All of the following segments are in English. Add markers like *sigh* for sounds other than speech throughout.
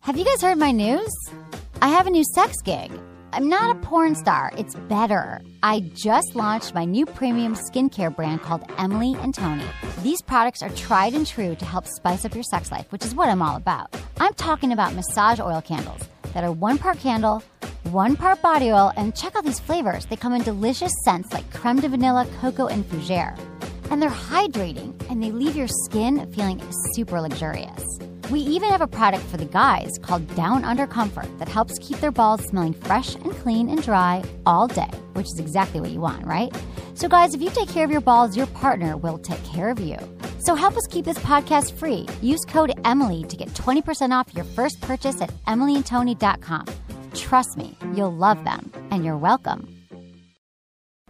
Have you guys heard my news? I have a new sex gig. I'm not a porn star, it's better. I just launched my new premium skincare brand called Emily and Tony. These products are tried and true to help spice up your sex life, which is what I'm all about. I'm talking about massage oil candles that are one part candle, one part body oil, and check out these flavors. They come in delicious scents like creme de vanilla, cocoa, and fougere. And they're hydrating, and they leave your skin feeling super luxurious. We even have a product for the guys called Down Under Comfort that helps keep their balls smelling fresh and clean and dry all day, which is exactly what you want, right? So, guys, if you take care of your balls, your partner will take care of you. So, help us keep this podcast free. Use code EMILY to get 20% off your first purchase at emilyandtony.com. Trust me, you'll love them, and you're welcome.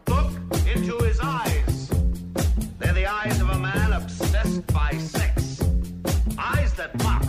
Look into his eyes. They're the eyes of a man obsessed by sex. Eyes that mock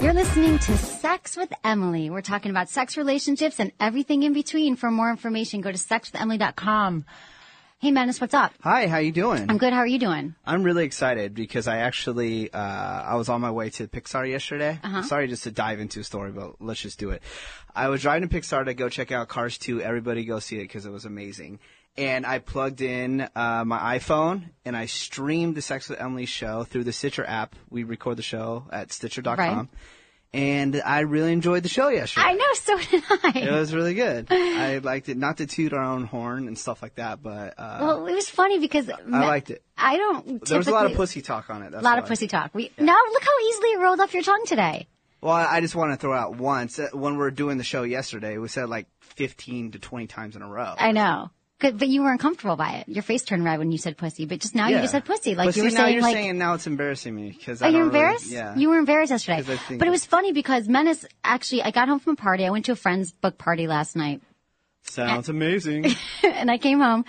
You're listening to Sex with Emily. We're talking about sex relationships and everything in between. For more information, go to sexwithemily.com. Hey, Menace, what's up? Hi, how you doing? I'm good. How are you doing? I'm really excited because I actually uh, I was on my way to Pixar yesterday. I'm Sorry, just to dive into a story, but let's just do it. I was driving to Pixar to go check out Cars 2. Everybody go see it because it was amazing. And I plugged in uh, my iPhone and I streamed the Sex with Emily show through the Stitcher app. We record the show at Stitcher.com, Right. and I really enjoyed the show yesterday. I know, so did It I. was really good. I liked it. Not to toot our own horn and stuff like that, but uh, Well, it was funny because I liked it. I don't. There was a lot of typically- pussy talk on it. A That's lot of why. pussy talk. We now look how easily it rolled off your tongue today. Well, I I just want to throw out once uh, when we were doing the show yesterday, we said like 15 to 20 times in a row. I know. 'Cause- But you weren't comfortable by it. Your face turned red when you said pussy, but just now you Yeah. just said pussy. Like but you see, were now saying, you're like, saying now it's embarrassing me because Are you embarrassed? Really, yeah. You were embarrassed yesterday. 'Cause I think- But it was funny because Menace actually, I got home from a party. I went to a friend's book party last night *laughs* Sounds amazing. and I came home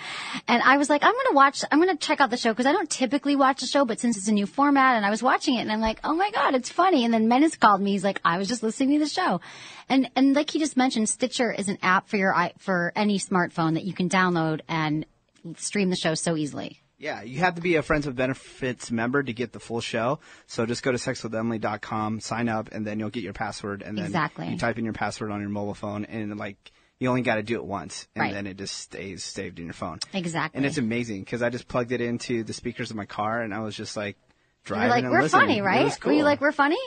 and I was like, I'm going to watch, I'm going to check out the show because I don't typically watch the show, but since it's a new format and I was watching it and I'm like, oh my God, it's funny. And then Menace called me. He's like, I was just listening to the show. And, and like he just mentioned, Stitcher is an app for your, i- for any smartphone that you can download and stream the show so easily. yeah, you have to be a Friends with Benefits member to get the full show. So just go to sexwithemily.com, sign up, and then you'll get your password. And then Exactly. you type in your password on your mobile phone, and like you only got to do it once, and Right. then it just stays saved in your phone. Exactly. And it's amazing because I just plugged it into the speakers of my car, and I was just like You driving were like, and we're listening. funny, It right? was Were you cool. like, we're funny?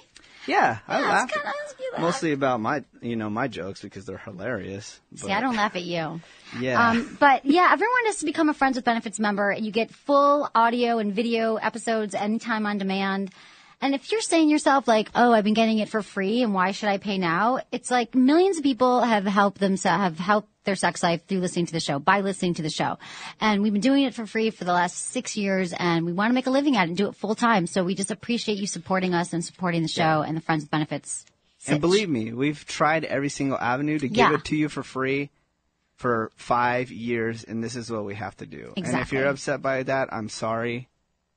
Yeah, I Yeah, laugh it's kinda- you laugh. mostly about my, you know, my jokes because they're hilarious. See, I don't laugh at you. Yeah, Um, but yeah, everyone has to become a Friends with Benefits member. You get full audio and video episodes anytime on demand. And if you're saying to yourself like, "Oh, I've been getting it for free, and why should I pay now?" It's like millions of people have helped themselves have helped their sex life through listening to the show by listening to the show, and we've been doing it for free for the last six years, and we want to make a living at it and do it full time. So we just appreciate you supporting us and supporting the show and the Friends with Benefits. and believe me, we've tried every single avenue to give Yeah. it to you for free for five years, and this is what we have to do. And if Exactly. you're upset by that, I'm sorry.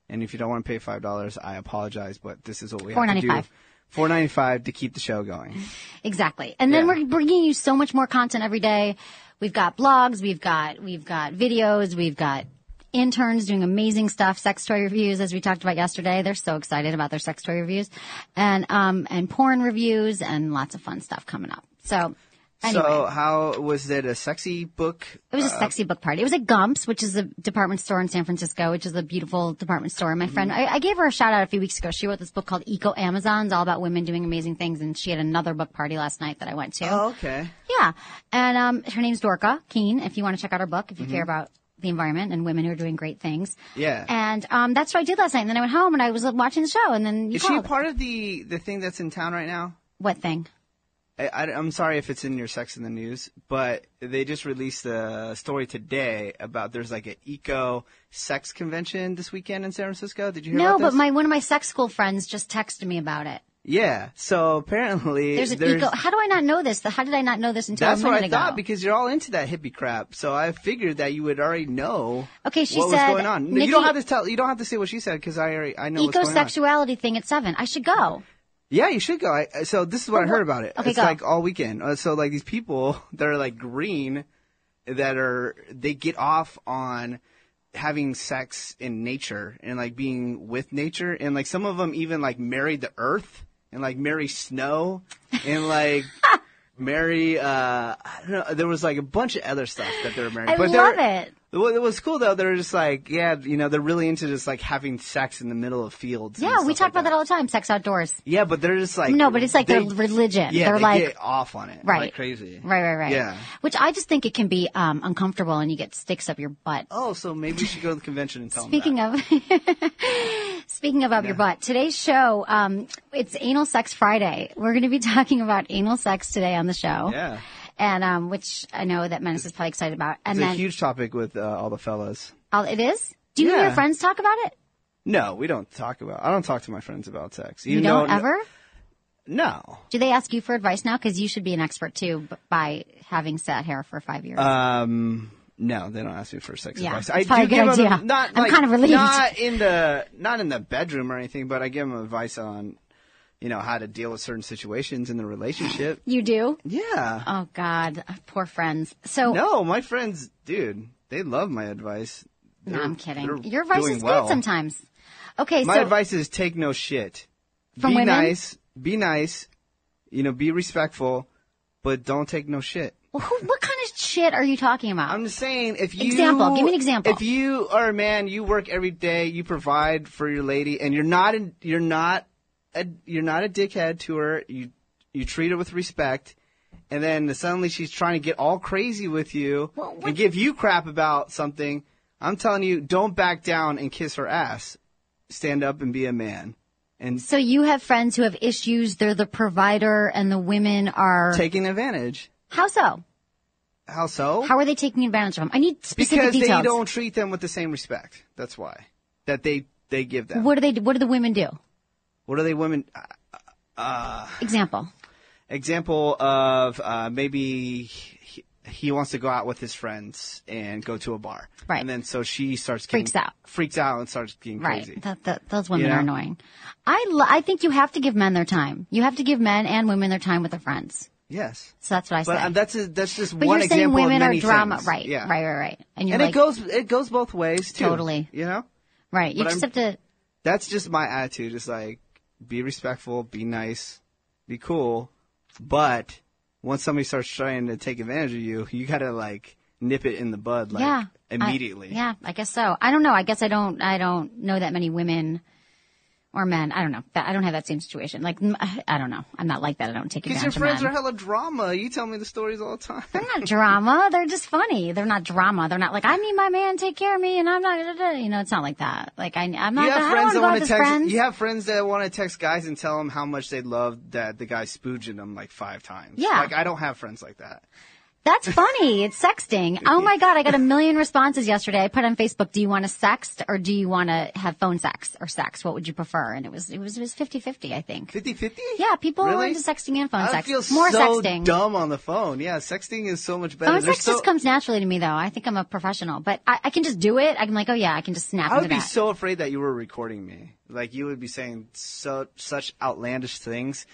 And if you don't want to pay five dollars, I apologize, but this is what we have to do. $4.95. Four ninety five to keep the show going. Exactly. And then Yeah. we're bringing you so much more content every day. We've got blogs, we've got we've got videos, we've got interns doing amazing stuff, sex toy reviews as we talked about yesterday. They're so excited about their sex toy reviews and um and porn reviews and lots of fun stuff coming up. So anyway, So uh, how was it a sexy book? it was a sexy book party. It was at Gump's, which is a department store in San Francisco, which is a beautiful department store. My friend, Mm-hmm. I, I gave her a shout out a few weeks ago. She wrote this book called Eco Amazons, all about women doing amazing things, and she had another book party last night that I went to. Oh, okay. Yeah. And um, her name's Dorka Keen, if you want to check out her book, if you care about the environment and women who are doing great things. Mm-hmm. Yeah. And um, that's what I did last night. And then I went home and I was like, watching the show. And then you Is she a called. part of the the thing that's in town right now? what thing? I, I, am sorry if it's in your Sex in the News, but they just released a story today about there's like an eco sex convention this weekend in San Francisco. Did you hear No, about this? but my one of my sex school friends just texted me about it. yeah. So *laughs* apparently There's an eco. How do I not know this? How did I not know this until That's a what minute I ago? thought because you're all into that hippie crap. So I figured that you would already know Okay, she what said, was going on. No, Nikki- you don't have to tell. You don't have to say what she said because I already I know what's going on. Ecosexuality thing at seven. I should go. Yeah, you should go. I, I- so this is what I heard about it. Oh, okay, it's go. like all weekend. Uh, so like these people *laughs* that are like green, that are they get off on having sex in nature and like being with nature and like some of them even like marry the earth and like marry snow *laughs* and like marry uh I don't know there was like a bunch of other stuff that they were married. I but they love were- it. What what was cool though, they were just like, yeah, you know, they're really into just like having sex in the middle of fields. and Yeah, we stuff talk like about that. all the time. Sex outdoors. yeah, but they're just like No, but it's like they- their religion. Yeah, They're they like- get off on it, Right. Like crazy. Right, right, right. Yeah. Which I just think it can be um, uncomfortable and you get sticks up your butt. Oh, so maybe we should go to the convention and tell Speaking them. of, *laughs* speaking about your butt, today's show, um, it's Anal Sex Friday. We're going to be *laughs* talking about anal sex today on the show. yeah, And, um, which I know that Menace is probably excited about. And it's a then, huge topic with uh, all the fellas. I'll- it is? Do you and your Yeah. friends talk about it? No, we don't talk about. I don't talk to my friends about sex. You, know, don't ever? No. Do they ask you for advice now? Because you should be an expert too b- by having sat hair for five years. Um. No, they don't ask me for sex Yeah, advice. that's probably a good give 'em- idea. not I'm like- kind of relieved. Not in the not in the bedroom or anything, but I give them advice on, you know, how to deal with certain situations in the relationship. you do? yeah. Oh God, poor friends. So No, my friends, dude, they love my advice. No, I'm kidding. they're Your advice doing is well. good sometimes. Okay, My so advice is take no shit. From be women? nice. Be nice. You know, be respectful, but don't take no shit. well, who, what kind of shit are you talking about? I'm just saying, if you Example. Give me an example. If you are a man, you work every day, you provide for your lady, and you're not in, you're not a, you're not a dickhead to her. You you treat her with respect, and then suddenly she's trying to get all crazy with you Well, what- and give you crap about something. I'm telling you, don't back down and kiss her ass. Stand up and be a man, and so you have friends who have issues. They're the provider, and the women are. taking advantage. How so? How so? How are they taking advantage of them? I need specific because details. they don't treat them with the same respect. That's why that they they give them. What do they? What do the women do? What are they women? Example. Example of uh, maybe he, he wants to go out with his friends and go to a bar. Right. And then so she starts getting, Freaks out. Freaks out and starts getting crazy. Right. That, that, those women You know? are annoying. I lo- I think you have to give men their time. You have to give men and women their time with their friends. yes. So that's what I But say. um, that's a, that's just but one you're saying example of women are many drama, things. right? Yeah. Right, right, right. And you're And like, it goes it goes both ways too. Totally. You know. right. You but just I'm- have to. That's just my attitude. It's like be respectful, be nice, be cool, but once somebody starts trying to take advantage of you, you gotta like nip it in the bud, like yeah I- immediately. yeah i guess so i don't know i guess i don't i don't know that many women or men i don't know That- i don't have that same situation like m- i don't know i'm not like that i don't take Because advantage your friends of are men. hella drama. You tell me the stories all the time. they're not drama they're just funny they're not drama they're not like i need my man to take care of me and i'm not da, da, da. you know it's not like that like I, i'm not You I have don't friends wanna that go out want to with text. friends You have friends that want to text guys and tell them how much they love that the guy's spooging them like five times. Yeah. Like I don't have friends like that. that's funny it's *laughs* sexting oh my god i got a million responses yesterday i put on facebook do you want to sext or do you want to have phone sex or sex what would you prefer and it was it was it was 50-50 i think 50-50? Yeah, people are really? into sexting and phone I sex. feel More so sexting. dumb on the phone. Yeah, sexting is so much better. Phone They're sex so- just comes naturally to me, though. I think I'm a professional, but I, I can just do it. I'm like, oh yeah, I can just snap I would into be that. so afraid that you were recording me. Like you would be saying so such outlandish things,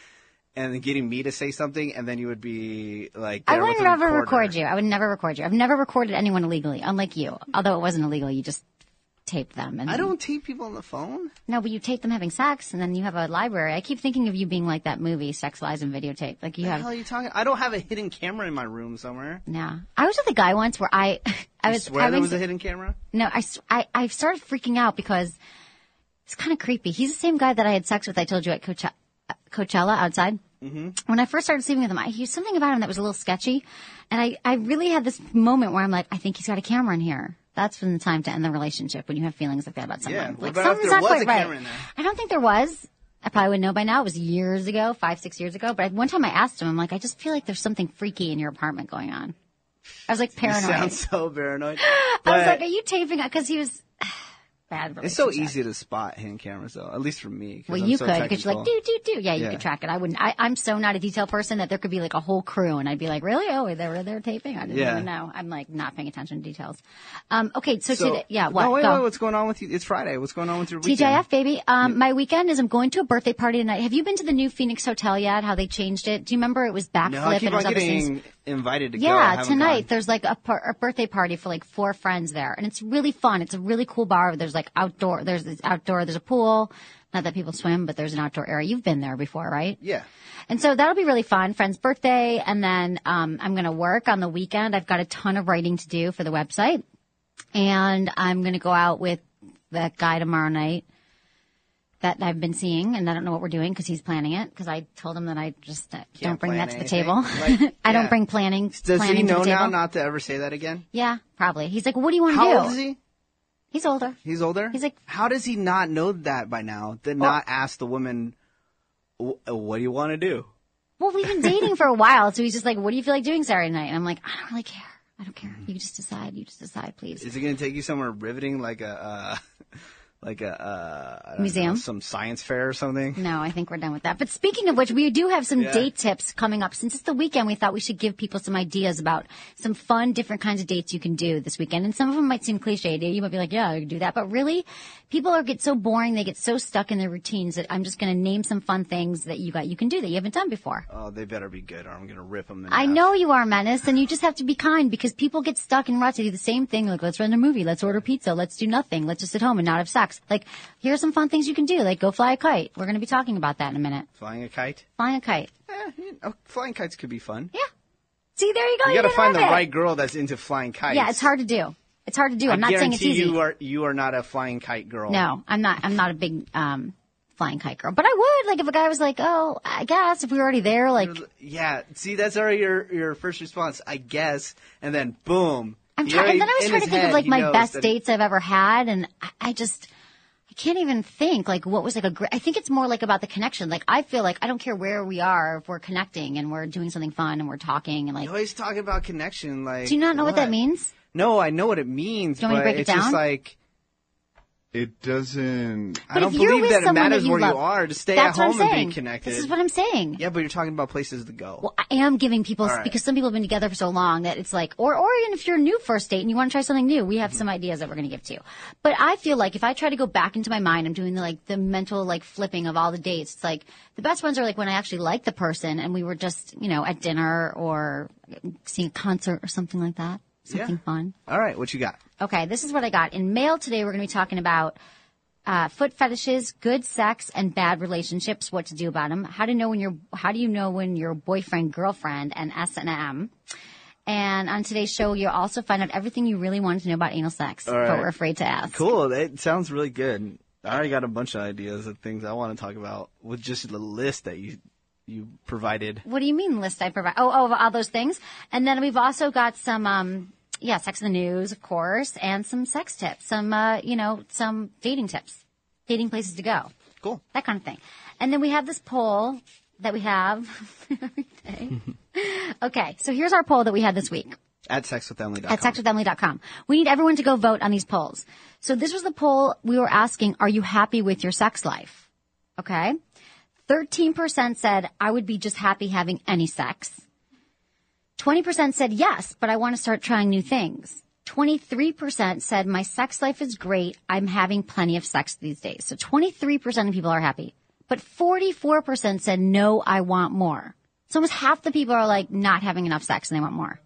and then getting me to say something, and then you would be like, I there would with a never recorder. record you. I would never record you. I've never recorded anyone illegally, unlike you. Although it wasn't illegal, you just taped them. And I don't tape people on the phone. No, but you tape them having sex, and then you have a library. I keep thinking of you being like that movie, Sex Lies and Videotape. Like you What the have. hell are you talking? I don't have a hidden camera in my room somewhere. Yeah, I was with a guy once where I, *laughs* I was Swear there having was a hidden camera. No, I, s- I, I started freaking out because it's kind of creepy. He's the same guy that I had sex with. I told you at Coache- uh, Coachella outside. Mm-hmm. When I first started sleeping with him, I, he was something about him that was a little sketchy. And I, I really had this moment where I'm like, I think he's got a camera in here. That's when the time to end the relationship when you have feelings like that about someone. Yeah, what like about if something's not there was quite a right. camera in there? I don't think there was. I probably would know by now. It was years ago, five, six years ago. But I, one time I asked him, I'm like, I just feel like there's something freaky in your apartment going on. I was like paranoid. Sounds so paranoid. *laughs* I was But like, are you taping? Because he was *sighs* bad. it's so relationship. easy to spot hidden cameras, though. At least for me. 'cause Well, I'm you so could because you're like, technical. do, do, do. Yeah, you Yeah. could track it. I wouldn't. I, I'm so not a detail person that there could be like a whole crew, and I'd be like, really? Oh, they were there taping? I didn't Yeah. even know. I'm like not paying attention to details. Um, okay, so, So- today, yeah, what? No, wait, Go. wait, what's going on with you? It's Friday. What's going on with your weekend? TJF, baby. Um, My weekend is I'm going to a birthday party tonight. Have you been to the new Phoenix Hotel yet? How they changed it? Do you remember it was backflip No, I keep and it on was other things? getting invited to go. I Yeah, haven't tonight gone. there's like a, par- a birthday party for like four friends there, and it's really fun. It's a really cool bar. There's like outdoor. There's this outdoor. There's a pool. Not that people swim, but there's an outdoor area. You've been there before, right? Yeah. And so that'll be really fun. Friend's birthday, and then um, I'm going to work on the weekend. I've got a ton of writing to do for the website, and I'm going to go out with that guy tomorrow night that I've been seeing, and I don't know what we're doing because he's planning it. Because I told him that I just uh, don't bring plan that to the table. anything. Like, *laughs* I yeah. don't bring planning. Does planning he know to the now table. not to ever say that again? Yeah, probably. He's like, "What do you want to do?" How old is he? He's older. He's older. He's like- how does he not know that by now? Did not ask the woman, "Wh- "What do you want to do?" Well, we've been dating for a while, so he's just like, "What do you feel like doing Saturday night?" And I'm like, "I don't really care. I don't care. You just decide. You just decide, please." Is it going to take you somewhere riveting, like a, uh, *laughs* like a uh, I don't know, Museum? some science fair or something? No, I think we're done with that. But speaking of which, we do have some Yeah. date tips coming up. Since it's the weekend, we thought we should give people some ideas about some fun, different kinds of dates you can do this weekend. And some of them might seem cliched. You might be like, yeah, I could do that. But really, people are get so boring. They get so stuck in their routines that I'm just going to name some fun things that you got, you can do that you haven't done before. Oh, they better be good, or I'm going to rip them. In I half. know you are menace, and you just have to be kind because people get stuck in ruts. They do the same thing. Like, let's rent a movie, let's order pizza, let's do nothing, let's just sit home and not have sex. Like, here are some fun things you can do. Like, go fly a kite. We're going to be talking about that in a minute. Flying a kite. Flying a kite. Eh, you know, flying kites could be fun. Yeah. See, there you go. You got to didn't find the have it. right girl that's into flying kites. Yeah, it's hard to do. It's hard to do. I'm I not saying it's guarantee easy. you are you are not a flying kite girl. no, I'm not. I'm not a big um, flying kite girl, but I would like if a guy was like, "Oh, I guess if we were already there, like." Yeah, see, that's already your your first response, I guess, and then boom. I'm He trying, already- and then I was in trying to his think of head, like he my knows best that- dates I've ever had, and I, I just I can't even think like what was like a great. I think it's more like about the connection. Like I feel like I don't care where we are if we're connecting and we're doing something fun and we're talking and like. You always talk about connection, like. do you not know what, that means? No, I know what it means, Do you want but me to break it it's just down? like It doesn't. I But don't if you're believe with that it someone matters that you where love, you are to stay that's at what home I'm and saying. be connected. This is what I'm saying. yeah, but you're talking about places to go. Well, I am giving people All right. because some people have been together for so long that it's like, or or even if you're a new first date and you want to try something new, we have Mm-hmm. some ideas that we're going to give to you. But I feel like if I try to go back into my mind, I'm doing the, like the mental like flipping of all the dates. It's like the best ones are like when I actually like the person and we were just you know at dinner or seeing a concert or something like that, something fun. All right, what you got? Okay, this is what I got. In mail today, we're going to be talking about uh, foot fetishes, good sex, and bad relationships. What to do about them? How to know when your How do you know when your boyfriend, girlfriend, and S and M. And on today's show, you'll also find out everything you really wanted to know about anal sex, but we're afraid to ask. Cool. That sounds really good. I already got a bunch of ideas of things I want to talk about with just the list that you you provided. What do you mean list I provide? Oh, oh, all those things. And then we've also got some, um, yeah, sex in the news, of course, and some sex tips, some, uh, you know, some dating tips, dating places to go. Cool. that kind of thing. And then we have this poll that we have *laughs* every day. okay, so here's our poll that we had this week At sexwithemily.com. at sexwithemily.com. We need everyone to go vote on these polls. So this was the poll we were asking, are you happy with your sex life? Okay. 13% said, I would be just happy having any sex. 20% said, yes, but I want to start trying new things. 23% said, my sex life is great. I'm having plenty of sex these days. So 23% of people are happy, but 44% said, no, I want more. So almost half the people are like not having enough sex and they want more.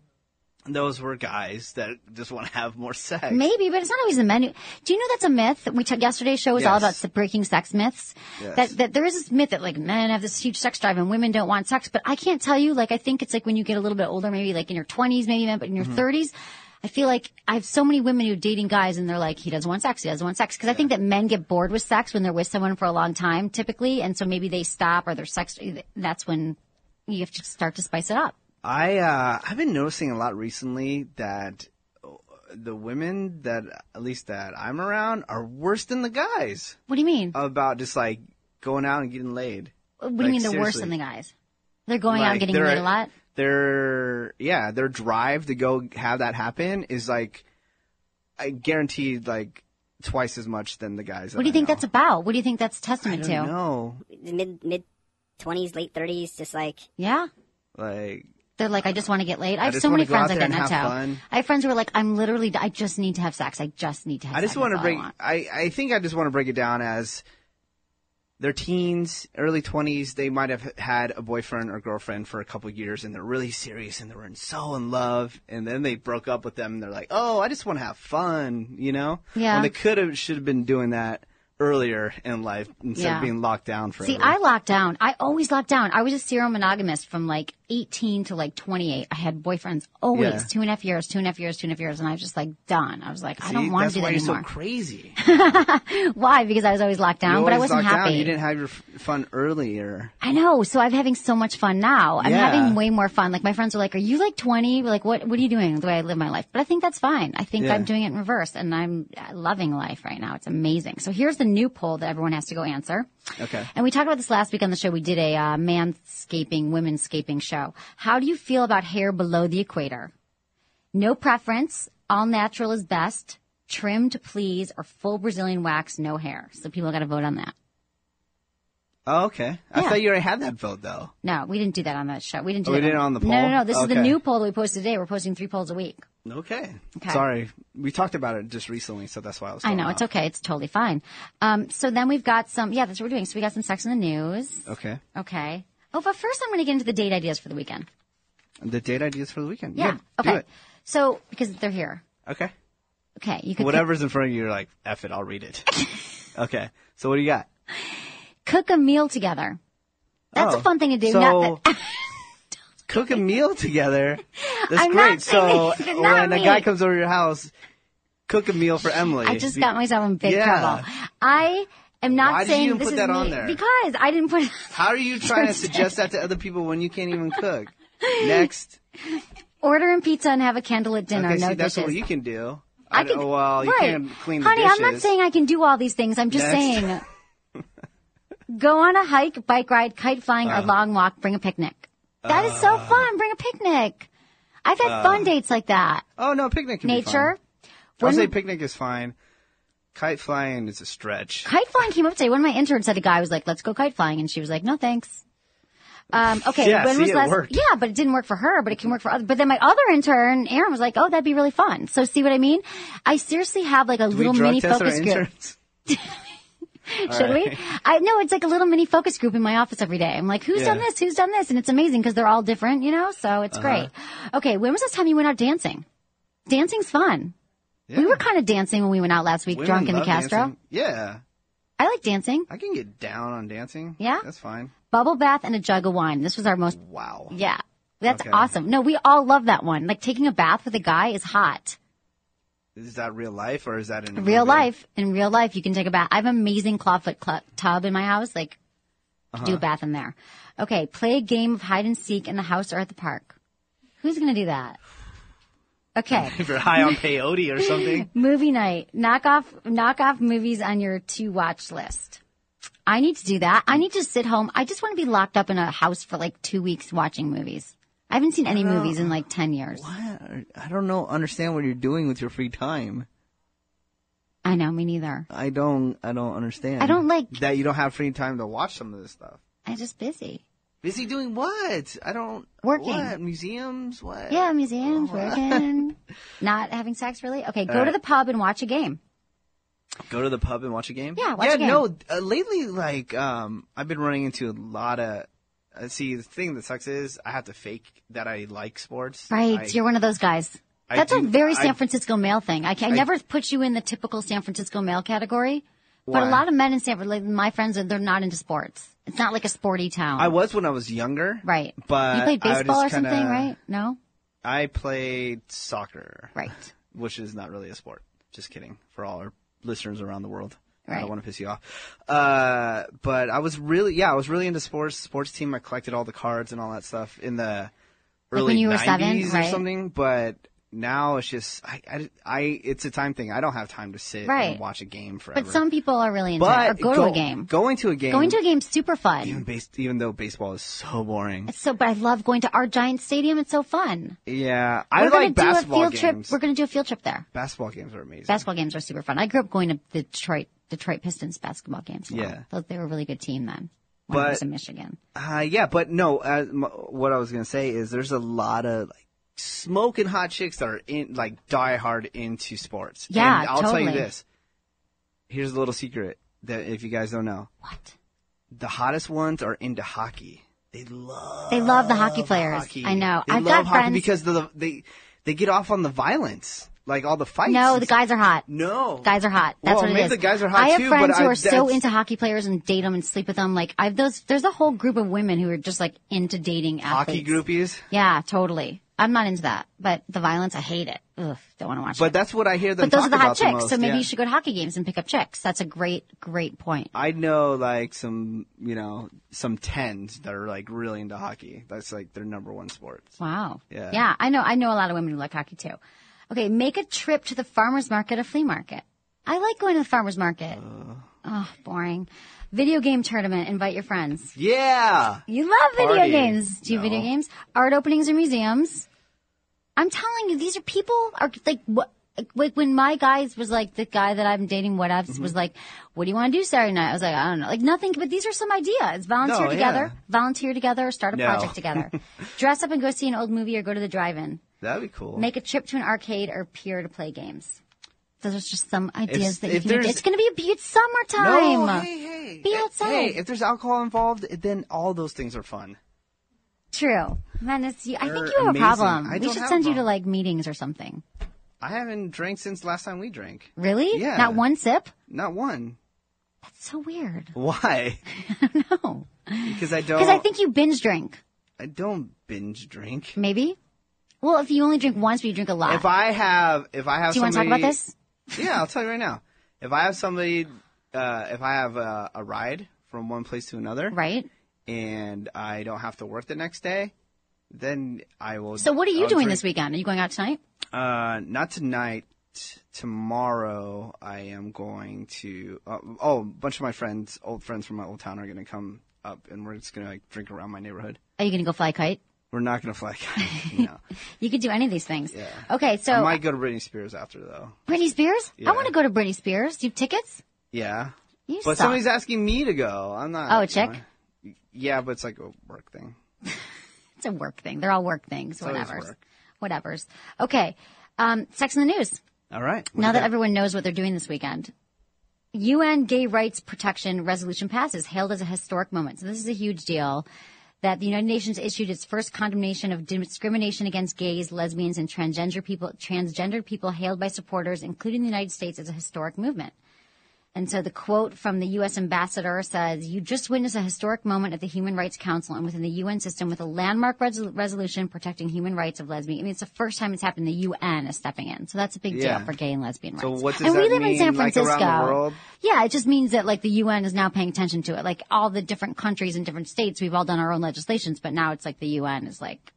Those were guys that just want to have more sex. Maybe, but it's not always the men. who- Do you know that's a myth? We took yesterday's show was all Yes. about the breaking sex myths. Yes. That that there is this myth that like men have this huge sex drive and women don't want sex. But I can't tell you. Like I think it's like when you get a little bit older, maybe like in your twenties, maybe men, but in your Mm-hmm. 30s I feel like I have so many women who are dating guys and they're like, he doesn't want sex, he doesn't want sex. Because I think that men get bored with sex when they're with someone for a long time, typically, and so maybe they stop or their sex. That's when you have to start to spice it up. I uh, I've been noticing a lot recently that the women that at least that I'm around are worse than the guys What do you mean? about just like going out and getting laid. What do Uh, Like, you mean they're worse seriously. than the guys? They're going out and Like, getting they're- laid a lot. Their yeah, their drive to go have that happen is like, I guaranteed like twice as much than the guys. What do you think that's about? What do you think that's testament to? No, Mid mid twenties, late thirties, just like Yeah. like They're like, I just want to get laid. I, have just so wanna many go out friends like there that. and That's have how. fun. I have friends who are like, I'm literally, I just need to have sex. I just need to have I just sex. want to That's all break. I want. I, I think I just want to break it down as they're teens, early twenties. They might have had a boyfriend or girlfriend for a couple years, and they're really serious, and they're in so in love, and then they broke up with them, and they're like, "Oh, I just want to have fun," you know? Yeah. When they could have should have been doing that earlier in life instead Yeah. of being locked down for. See, I locked down. I always locked down. I was a serial monogamist from like 18 to like 28. I had boyfriends always Yeah. two and a half years, two and a half years, two and a half years. And I was just like, done. I was like, I See, don't want that's to do why that you're anymore. *laughs* so crazy. why? Because I was always locked down, You but I always wasn't locked down. happy. You didn't have your f- fun earlier. I know. So I'm having so much fun now. I'm Yeah. having way more fun. Like my friends are like, "Are you like 20? Like what? What are you doing? The way I live my life." But I think that's fine. I think Yeah. I'm doing it in reverse, and I'm uh, loving life right now. It's amazing. So here's the new poll that everyone has to go answer. Okay. And we talked about this last week on the show. We did a uh, manscaping, womenscaping show. How do you feel about hair below the equator? No preference. All natural is best. Trim to please, or full Brazilian wax, no hair. So people got to vote on that. Oh, okay. I Yeah. thought you already had that vote though. No, we didn't do that on that show. We didn't do Oh, we that. did it on the No, poll? no, no. This is the Okay. new poll that we posted today. We're posting three polls a week. Okay. Okay. Sorry, we talked about it just recently, so that's why I was. I thrown know. It's off. okay. It's totally fine. Um, so then we've got some, yeah, that's what we're doing. So we got some sex in the news. Okay. Okay. Oh, but first I'm going to get into the date ideas for the weekend. The date ideas for the weekend. Yeah. do okay. it. So, because they're here. Okay. Okay. You could Whatever's in front of you, you're like, F it, I'll *laughs* read it. okay. So what do you got? Cook, cook a meal together. That's Oh, a fun thing to do. So Not that- cook a meal *laughs* together. That's I'm not great. so saying it's not when a guy me. comes over to your house, cook a meal for *laughs* Emily. I just got myself in big Yeah. trouble. I am not Why did you saying even this put is that me on there? because I didn't put *laughs* it How are you trying to suggest that to other people when you can't even *laughs* cook? Next. ordering pizza and have a candle at dinner. okay. no see, that's dishes. what you can do. I d- can, Well, you right. can't clean the Honey, dishes. I'm not saying I can do all these things. I'm just Next. saying *laughs* go on a hike, bike ride, kite flying, Uh-huh. or long walk, bring a picnic. That is so fun. Bring a picnic. I've had fun dates like that. Oh no, picnic can be Uh, fun. Nature. I'll When- say picnic is fine. Kite flying is a stretch. Kite flying came up today. One of my interns said a guy was like, let's go kite flying. And she was like, no, thanks. Um, okay. Yeah, when see, was it last? worked. Yeah, but it didn't work for her, but it can work for other. But then my other intern, Aaron, was like, oh, that'd be really fun. So see what I mean? I seriously have like a Do little we drug mini test focus our group. interns? Should we? I no, it's like a little mini focus group in my office every day. I'm like, who's done Yeah. Uh-huh. this? Who's done this? And it's amazing because they're all different, you know. So it's great. Okay, when was the last time you went out dancing? Dancing's fun. *laughs* We were kind of dancing when we went out last week, Women drunk in the love Castro. dancing. Yeah, I like dancing. I can get down on dancing. Yeah? that's fine. Bubble bath and a jug of wine. This was our most. Wow. Yeah, that's Okay. awesome. No, we all love that one. Like taking a bath with a guy is hot. Is that real life or is that in a Real movie? life, in real life, you can take a bath. I have an amazing clawfoot cl- tub in my house. Like, could do a bath in there. Okay, play a game of hide and seek in the house or at the park. Who's gonna do that? Okay, *laughs* If you're high on peyote or *laughs* something. movie night. Knock off, knock off movies on your to watch list. I need to do that. I need to sit home. I just want to be locked up in a house for like two weeks watching movies. I haven't seen any movies in like ten years. I I don't know. Understand what you're doing with your free time? I know, me neither. I don't. I don't understand. I don't like- that. You don't have free time to watch some of this stuff. I'm just busy. Busy doing what? I don't. Working. What? Museums. What? Yeah, museums, Oh. *laughs* working, not having sex really. Okay, go Uh, to the pub and watch a game. Go to the pub and watch a game. Yeah, watch yeah. a game. No, uh, lately, like, um, I've been running into a lot of. Uh, see, the thing that sucks is I have to fake that I like sports. Right, I, you're one of those guys. I That's a do- very I- San Francisco male thing. I, ca- I never put you in the typical San Francisco male category, but a Why? lot of men in San Francisco, like my friends, they're not into sports. It's not like a sporty town. I was when I was younger. right. But you played I would baseball just or something, kinda- right? No? I played soccer. Right. *laughs* Which is not really a sport. Just kidding. For all our listeners around the world. I Right. don't want to piss you off. Uh, but I was really, yeah, I was really into sports. Sports team. I collected all the cards and all that stuff in the early when you were 90s seven, or right? something. But now it's just I, I, I- it's a time thing. I don't have time to sit Right. and watch a game forever. But some people are really into But it. Or go, to go- a game. Going to a game. Going to a game's super even, fun. base, even though baseball is so boring. It's so, but I love going to our giant stadium. It's so fun. Yeah, I We're gonna like do a basketball field games. trip. We're going to do a field trip there. Basketball games are amazing. Basketball games are super fun. I grew up going to the Detroit Detroit Pistons basketball games. a lot. Yeah. Those- they were a really good team then. When I But- was in Michigan. Uh, yeah, but no. Uh, m- what I was gonna say is there's a lot of like smoking hot chicks that are in like die hard into sports. Yeah, and I'll tell totally. you this. Here's a little secret that if you guys don't know, What? the hottest ones are into hockey. They love They love the hockey players. hockey. I know. They I've got love hockey friends. because the, they they get off on the violence, like all the fights. No, and the stuff. guys are hot. No, Guys are hot. That's Well, what it is. maybe the guys are hot I have too, but friends who I- are so that's- into hockey players and date them and sleep with them. Like I've those. There's a whole group of women who are just like into dating hockey athletes. groupies. Yeah, totally. I'm not into that, but the violence, I hate it. Ugh, don't want to watch But it. that's what I hear them. But those talk are the hot about chicks, most, so maybe yeah. you should go to hockey games and pick up chicks. That's a great, great point. I know like some, you know, some tens that are like really into hockey. That's like their number one sport. Wow. Yeah. Yeah, I know. I know a lot of women who like hockey too. Okay, make a trip to the farmers market or flea market. I like going to the farmers market. oh, boring. Video game tournament. Invite your friends. Yeah. You love video Party. games. Do you No. video games? Art openings or museums? I'm telling you, these are people are like what. Like when my guys was like the guy that I'm dating, what ups Mm-hmm. was like, what do you want to do Saturday night? I was like, I don't know, like nothing. But these are some ideas: volunteer No, together, yeah. volunteer together, start a No. project *laughs* together, dress up and go see an old movie or go to the drive-in, That'd be cool. make a trip to an arcade or pier to play games. Those are just some ideas that you if can. Make. there's- It's going to be a be- it's summertime. no, hey, hey. Be Hey, outside. Hey, if there's alcohol involved, then all those things are fun. True. Menace, you, I think They're you have amazing. a problem. I we don't should have send a you to problem. like meetings or something. I haven't drank since last time we drank. Really? Yeah. Not one sip? Not one. That's so weird. Why? *laughs* no. Because I don't. Because I think you binge drink, I don't binge drink. maybe? Well, if you only drink once, but you drink a lot. If I have, if I have, Do you want to talk somebody, about this? Yeah, I'll tell you right now. If I have somebody, uh, if I have a, a ride from one place to another, Right? and I don't have to work the next day, then I will. So what are you I'll doing drink- this weekend? Are you going out tonight? Uh, not tonight. T- Tomorrow I am going to. Uh, oh, a bunch of my friends, old friends from my old town, are going to come up, and we're just going to like drink around my neighborhood. Are you going to go fly a kite? We're not going to fly. *laughs* *laughs* no, You could do any of these things. Okay, so I might go to Britney Spears after though. Britney Spears? Yeah. I want to go to Britney Spears. Do you have tickets? Yeah, You but suck. somebody's asking me to go. I'm not. Oh, a you chick? know. yeah, but it's like a work thing. It's a work thing. They're all work things. always Whatever's. work. Whatever's. Okay. Um, sex in the news. All right. what now do that you got? everyone knows what they're doing this weekend. UN Gay Rights Protection Resolution passes, hailed as a historic moment. So this is a huge deal that the United Nations issued its first condemnation of discrimination against gays, lesbians, and transgender people, transgendered people hailed by supporters, including the United States, as a historic movement. And so the quote from the U.S. ambassador says, You just witnessed a historic moment at the Human Rights Council and within the UN system with a landmark res- resolution protecting human rights of lesbian. I mean, it's the first time it's happened. The UN is stepping in. So that's a big Yeah. deal for gay and lesbian rights. So what does and we that live in mean, San like, Francisco. around the world? Yeah, it just means that like the UN is now paying attention to it. Like all the different countries and different states, we've all done our own legislations, but now it's like the UN is like,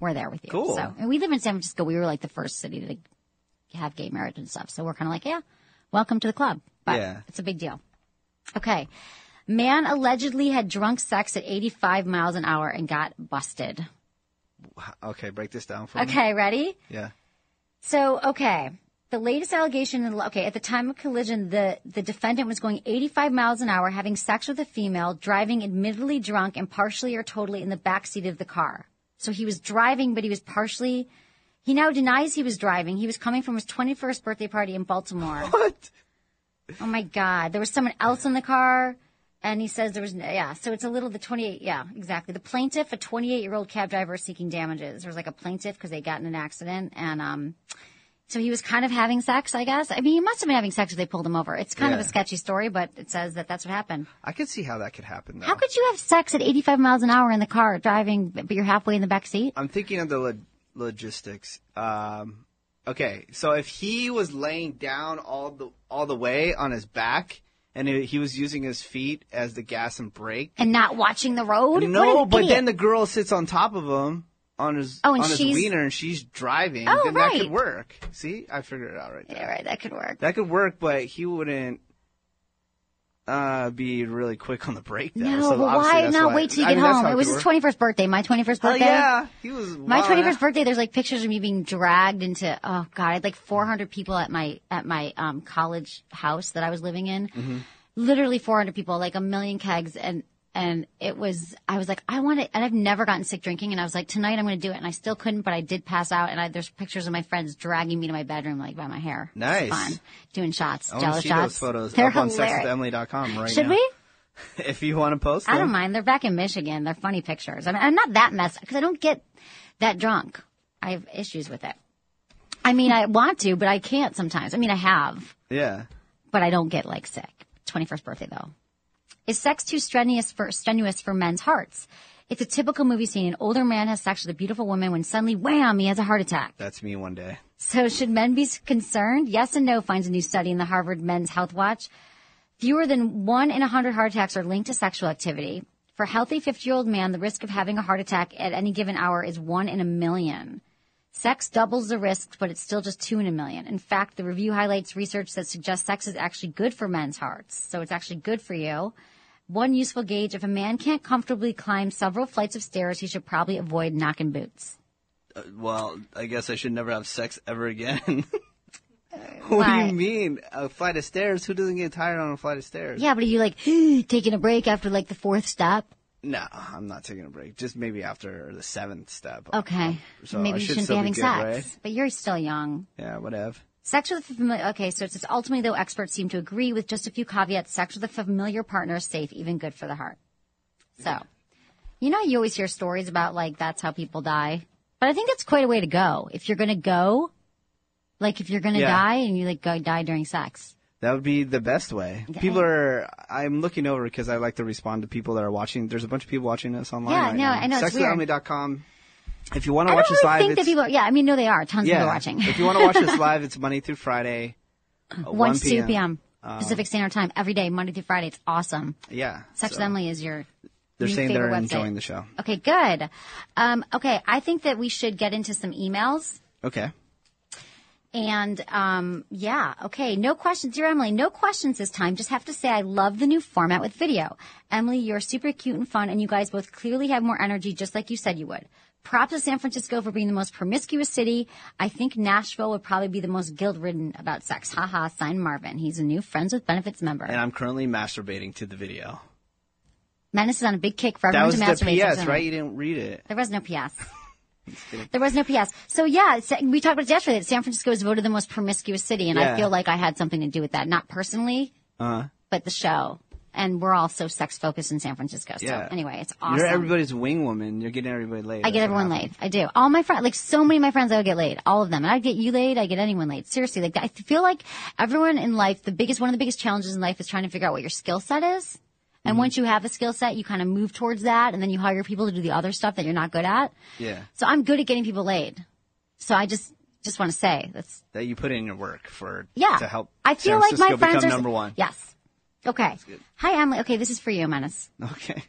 we're there with you. Cool. So, and we live in San Francisco. We were like the first city to like, have gay marriage and stuff. So we're kind of like, yeah, welcome to the club. But Yeah. it's a big deal. Okay. Man allegedly had drunk sex at 85 miles an hour and got busted. Okay, break this down for me. Okay, ready? Yeah. So, okay. The latest allegation, in the, okay, at the time of collision, the, the defendant was going 85 miles an hour, having sex with a female, driving admittedly drunk and partially or totally in the backseat of the car. So he was driving, but he was partially, he now denies he was driving. He was coming from his 21st birthday party in Baltimore. What? Oh my God. There was someone else in the car. And he says there was, no, yeah, so it's a little, the 28, yeah, exactly. The plaintiff, a 28 year old cab driver is seeking damages. There was like a plaintiff because they got in an accident. And, um, so he was kind of having sex, I guess. I mean, he must have been having sex if they pulled him over. It's kind of Yeah. a sketchy story, but it says that that's what happened. I could see how that could happen though. How could you have sex at 85 miles an hour in the car driving, but you're halfway in the back seat? I'm thinking of the lo- logistics. Um, okay, so if he was laying down all the all the way on his back, and he he was using his feet as the gas and brake. And not watching the road? What no, an but idiot. then the girl sits on top of him. on his Oh, and on his she's- wiener and she's driving, Oh, then that right. could work. See, I figured it out right there. Yeah, right. That could work. That could work, but he wouldn't uh, be really quick on the brake. Though. No, so but obviously why that's not wait till you I get mean, that's home? how It was could his work. 21st birthday, my 21st Hell birthday. yeah, he was My wildin' twenty out. first birthday, there's like pictures of me being dragged into oh god, I had like four hundred people at my at my um, college house that I was living in. Mm-hmm. Literally four hundred people, like a million kegs, and and it was I was like I want to, and I've never gotten sick drinking, and I was like tonight I'm going to do it, and I still couldn't, but I did pass out, and I, there's pictures of my friends dragging me to my bedroom like by my hair. It was Nice. fun doing shots, I want jello to see shots. those photos They're up on hilarious. sexwithemily.com right Should now. we? If you want to post them. I don't mind. They're back in Michigan. They're funny pictures. I mean, I'm not that messed because I don't get that drunk. I have issues with it. I mean, I want to, but I can't sometimes. I mean, I have, Yeah. but I don't get like sick. 21st birthday though. Is sex too strenuous for, strenuous for men's hearts? It's a typical movie scene. An older man has sex with a beautiful woman when suddenly, wham, he has a heart attack. That's me one day. So should men be concerned? Yes and no finds a new study in the Harvard Men's Health Watch. Fewer than one in a hundred heart attacks are linked to sexual activity. For a healthy 50 year old man, the risk of having a heart attack at any given hour is one in a million. Sex doubles the risk, but it's still just two in a million. In fact, the review highlights research that suggests sex is actually good for men's hearts. So it's actually good for you. One useful gauge if a man can't comfortably climb several flights of stairs, he should probably avoid knocking boots. Well, I guess I should never have sex ever again. *laughs* what do Why? you mean? A flight of stairs? Who doesn't get tired on a flight of stairs? Yeah, but are you like *gasps* taking a break after like the fourth stop? No, I'm not taking a break. Just maybe after the seventh step. Okay. So I Maybe you should shouldn't be still be having good, sex. right? But you're still young. Yeah, whatever. Sex with a familiar. Okay, so it says ultimately, though, experts seem to agree with just a few caveats. Sex with a familiar partner is safe, even good for the heart. So, you know, you always hear stories about like that's how people die. But I think that's quite a way to go. If you're going to go, like if you're going to Yeah. die and you like go die during sex. That would be the best way. People are. I'm looking over because I like to respond to people that are watching. There's a bunch of people watching us online. Yeah, right no, now. I know, it's weird. Sexwithemily.com. If you want to I watch don't us really live, think that it's, people. Are, yeah, I mean, no, they are. Tons yeah. of people watching. if you want to watch *laughs* us live, it's Monday through Friday, uh, 1 to 2 p.m. Pacific Standard Time every day, Monday through Friday. It's awesome. Yeah. Sex with so Emily is your. They're new saying favorite they're website. enjoying the show. Okay, good. Um, okay, I think that we should get into some emails. Okay. And um, yeah, okay, no questions. Dear Emily, no questions this time. Just have to say I love the new format with video. Emily, you're super cute and fun, and you guys both clearly have more energy, just like you said you would. Props to San Francisco for being the most promiscuous city. I think Nashville would probably be the most guilt ridden about sex. Haha, sign Marvin. He's a new Friends with Benefits member. And I'm currently masturbating to the video. Menace is on a big kick for That everyone was to the masturbate. to PS, Emily. right? You didn't read it. There was no *laughs* PS. There was no PS. So yeah, it's- we talked about it yesterday. That San Francisco was voted the most promiscuous city, and I Yeah. Uh-huh. feel like I had something to do with that. Not personally, but the show. And we're all so sex focused in San Francisco. So Yeah. anyway, it's awesome. You're everybody's wing woman. You're getting everybody laid. I get That's what everyone happened. laid. I do. All my friends, like so many of my friends, I would get laid. All of them. And I'd get you laid. I get anyone laid. Seriously, like I feel like everyone in life, the biggest, one of the biggest challenges in life is trying to figure out what your skill set is. And Mm-hmm. once you have a skill set, you kind of move towards that and then you hire people to do the other stuff that you're not good at. Yeah. So I'm good at getting people laid. So I just, just want to say that's, That you put in your work for yeah. to help I feel San like my Francisco friends become are, number one. Yes. Okay. Hi, Emily. Okay. This is for you, Menace. *laughs* Okay.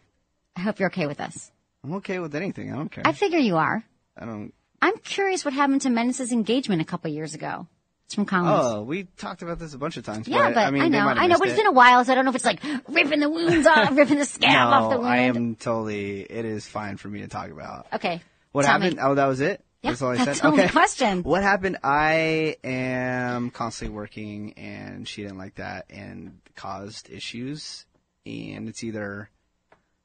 I hope you're okay with this. I'm okay with anything. I don't care. I figure you are. I don't. I'm curious what happened to Menace's engagement a couple years ago. It's from Collins. Oh, we talked about this a bunch of times. yeah, but I, I mean, know, I know, but it's it. been a while, so I don't know if it's like ripping the wounds *laughs* off, ripping the scab no, off the wound. I am totally. It is fine for me to talk about. Okay. What tell happened? me. Oh, that was it. Yeah, that's *laughs* all I that's said. the only okay. question. *laughs* What happened? I am constantly working, and she didn't like that, and caused issues. And it's either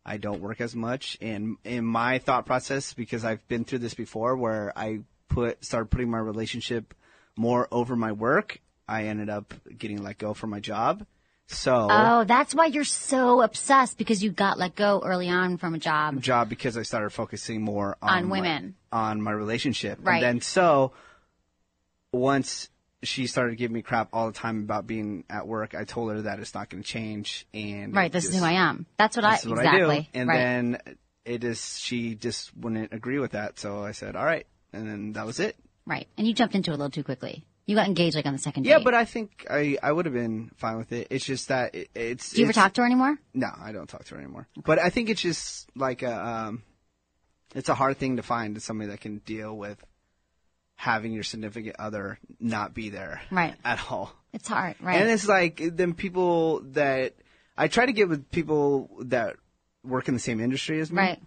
I don't work as much, and in my thought process, because I've been through this before, where I put started putting my relationship more over my work. I ended up getting let go from my job. So Oh, that's why you're so obsessed because you got let go early on from a job. job because I started focusing more on, On my- women. on my relationship. Right. And then so once she started giving me crap all the time about being at work, I told her that it's not going to change. And Right. it This is just- who I am. That's what I This is what exactly. I do. And right. then it is, she just wouldn't agree with that. So I said, all right. And then that was it. right. And you jumped into it a little too quickly. You got engaged like on the second Yeah, date. but I think I, I would have been fine with it. It's just that it, it's. do you ever it's- talk to her anymore? No, I don't talk to her anymore. But I think it's just like a, um, it's a hard thing to find somebody that can deal with having your significant other not be there Right. at all. It's hard, right? And it's like then people that I try to get with people that work in the same industry as me, right,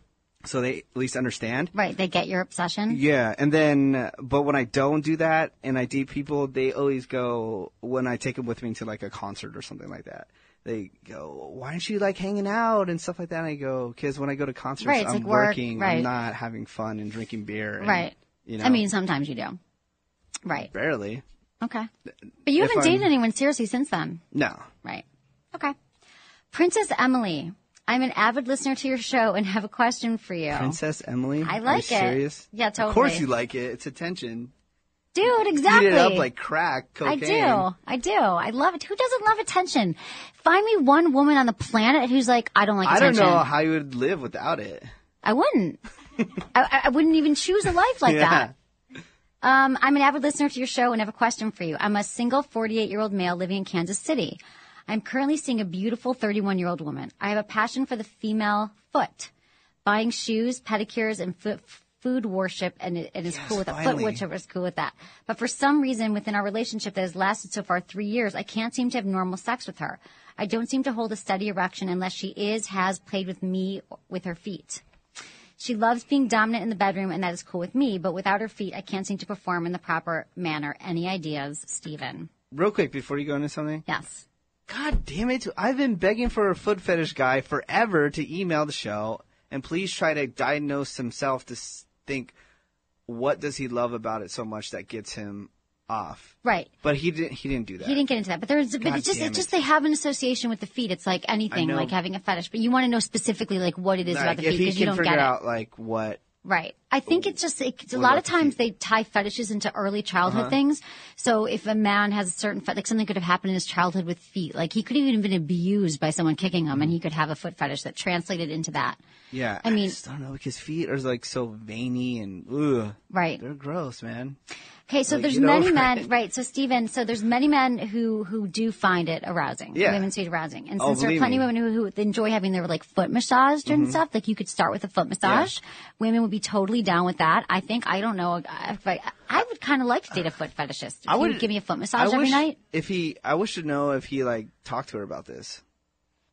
so they at least understand. right. They get your obsession. Yeah, and then uh, but when I don't do that and I date people, they always go when I take them with me to like a concert or something like that. They go, why aren't you like hanging out and stuff like that? And I go, because when I go to concerts, Right, it's I'm like work, working, right. I'm not having fun and drinking beer. And, Right. You know, I mean, sometimes you do. Right. barely. Okay. But you if haven't dated I'm- anyone seriously since then. No, Right. Okay. Princess Emily, I'm an avid listener to your show and have a question for you. Princess Emily. I Are you like it. Serious? Yeah, Of course totally. you like it. It's attention. Dude, exactly. Eat it up like crack, I cocaine. do. I do. I love it. Who doesn't love attention? Find me one woman on the planet who's like, I don't like I don't attention. know how you would live without it. I wouldn't. *laughs* I- I, I wouldn't even choose a life like Yeah. that. Um, I'm an avid listener to your show and have a question for you. I'm a single 48 year old male living in Kansas City. I'm currently seeing a beautiful 31 year old woman. I have a passion for the female foot, buying shoes, pedicures, and foot. Food worship and it, it is cool with that. Foot finally. worship is cool with that. But for some reason, within our relationship that has lasted so far three years, I can't seem to have normal sex with her. I don't seem to hold a steady erection unless she is, has played with me with her feet. She loves being dominant in the bedroom, and that is cool with me, but without her feet, I can't seem to perform in the proper manner. Any ideas, Steven? Real quick before you go into something. Yes. God damn it. I've been begging for a foot fetish guy forever to email the show and please try to diagnose himself to s- think what does he love about it so much that gets him off. Right. But he didn't he didn't do that. He didn't get into that, but there's, but God it's just, damn it's just it. they have an association with the feet. It's like anything, know. like having a fetish, but you want to know specifically like what it is about Like, the if feet he because you can don't figure get it. out like what Right. I think it's just it, a lot What of about the times feet? Uh-huh. they tie fetishes into early childhood things. So if a man has a certain fe- like something could have happened in his childhood with feet, like he could even have been abused by someone kicking him, Mm-hmm. and he could have a foot fetish that translated into that. yeah. I mean- just don't know, like his feet are like so veiny and ugh. Right. They're gross, man. Okay, so Like, there's get many *laughs* over men, it. right? So Stephen, so there's many men who who do find it arousing, Yeah. women's feet arousing, and Oh, since there are believe plenty me. Mm-hmm. of women who, who enjoy having their like foot massaged and stuff, like you could start with a foot massage. Women would be totally down with that. I think I don't know if I, I would kind of like to date a foot fetishist. If he would give me a foot I massage every wish night. If he, I wish to know if he like talked to her about this.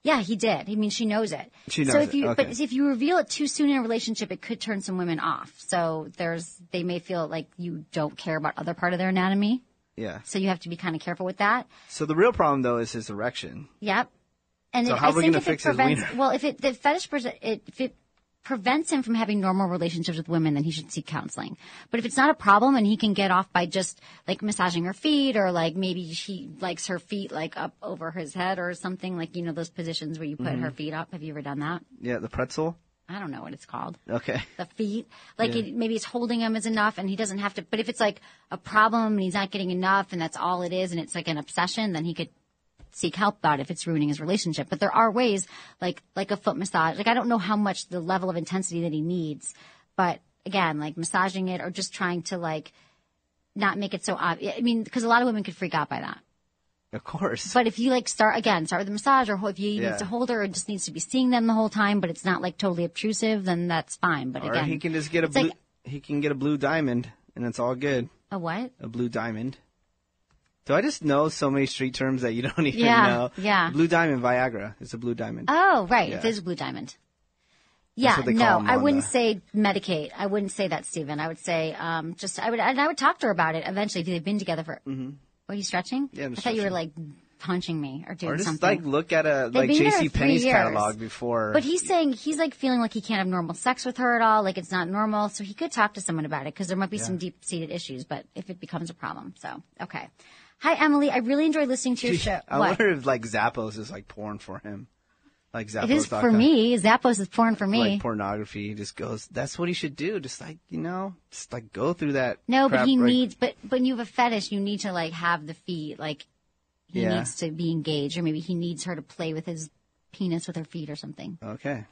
Yeah, he did. I mean, she knows it. She So knows if it. you, but Okay. if you reveal it too soon in a relationship, it could turn some women off. So there's, they may feel like you don't care about other part of their anatomy. Yeah. So you have to be kind of careful with that. So the real problem though is his erection. Yep. And So if, how I are we think gonna if fix it his prevents, wiener? well, if it the fetish pres- it, if it prevents him from having normal relationships with women, then he should seek counseling. But if it's not a problem and he can get off by just like massaging her feet or like maybe she likes her feet like up over his head or something like you know those positions where you Mm-hmm. put her feet up. Have you ever done that? Yeah, the pretzel. I don't know what it's called Okay. *laughs* the feet. Like it, maybe it's holding him is enough, and he doesn't have to. But if it's like a problem and he's not getting enough, and that's all it is, and it's like an obsession, then he could seek help about it if it's ruining his relationship. But there are ways, like like a foot massage. Like I don't know how much the level of intensity that he needs, but again, like massaging it or just trying to like not make it so obvious. I mean, because a lot of women could freak out by that. Of course. But if you like start again, start with a massage, or ho- if you Yeah. need to hold her, or just needs to be seeing them the whole time, but it's not like totally obtrusive, then that's fine. But or again, he can just get a it's blue. like- he can get a blue diamond, and it's all good. a what? A blue diamond. Do I just know so many street terms that you *laughs* don't even Yeah, know? yeah. Blue diamond, Viagra. It's a blue diamond. Oh, right. Yeah. It is a blue diamond. Yeah, what they no, call 'em I on wouldn't the- say medicate. I wouldn't say that, Stephen. I would say um, just I would and I would talk to her about it eventually. If they've been together for. Are you stretching? Mm-hmm. Yeah, I'm I thought you were stretching. like punching me or doing or just something. like look at a They've like been together J.C. three Penney's years. catalog before. *laughs* But he's saying he's like feeling like he can't have normal sex with her at all. Like it's not normal. So he could talk to someone about it because there might be some deep seated issues. But if it becomes a problem, so okay. Hi Emily, I really enjoy listening to your show. I What? wonder if like Zappos is like porn for him. Like Zappos. It is for me. Zappos is porn for me. Like pornography, he just goes. That's what he should do. Just like you know, just like go through that. No, crap, but he like- needs. But when you have a fetish, you need to like have the feet. Like he Yeah. needs to be engaged, or maybe he needs her to play with his penis with her feet or something. *laughs* Okay.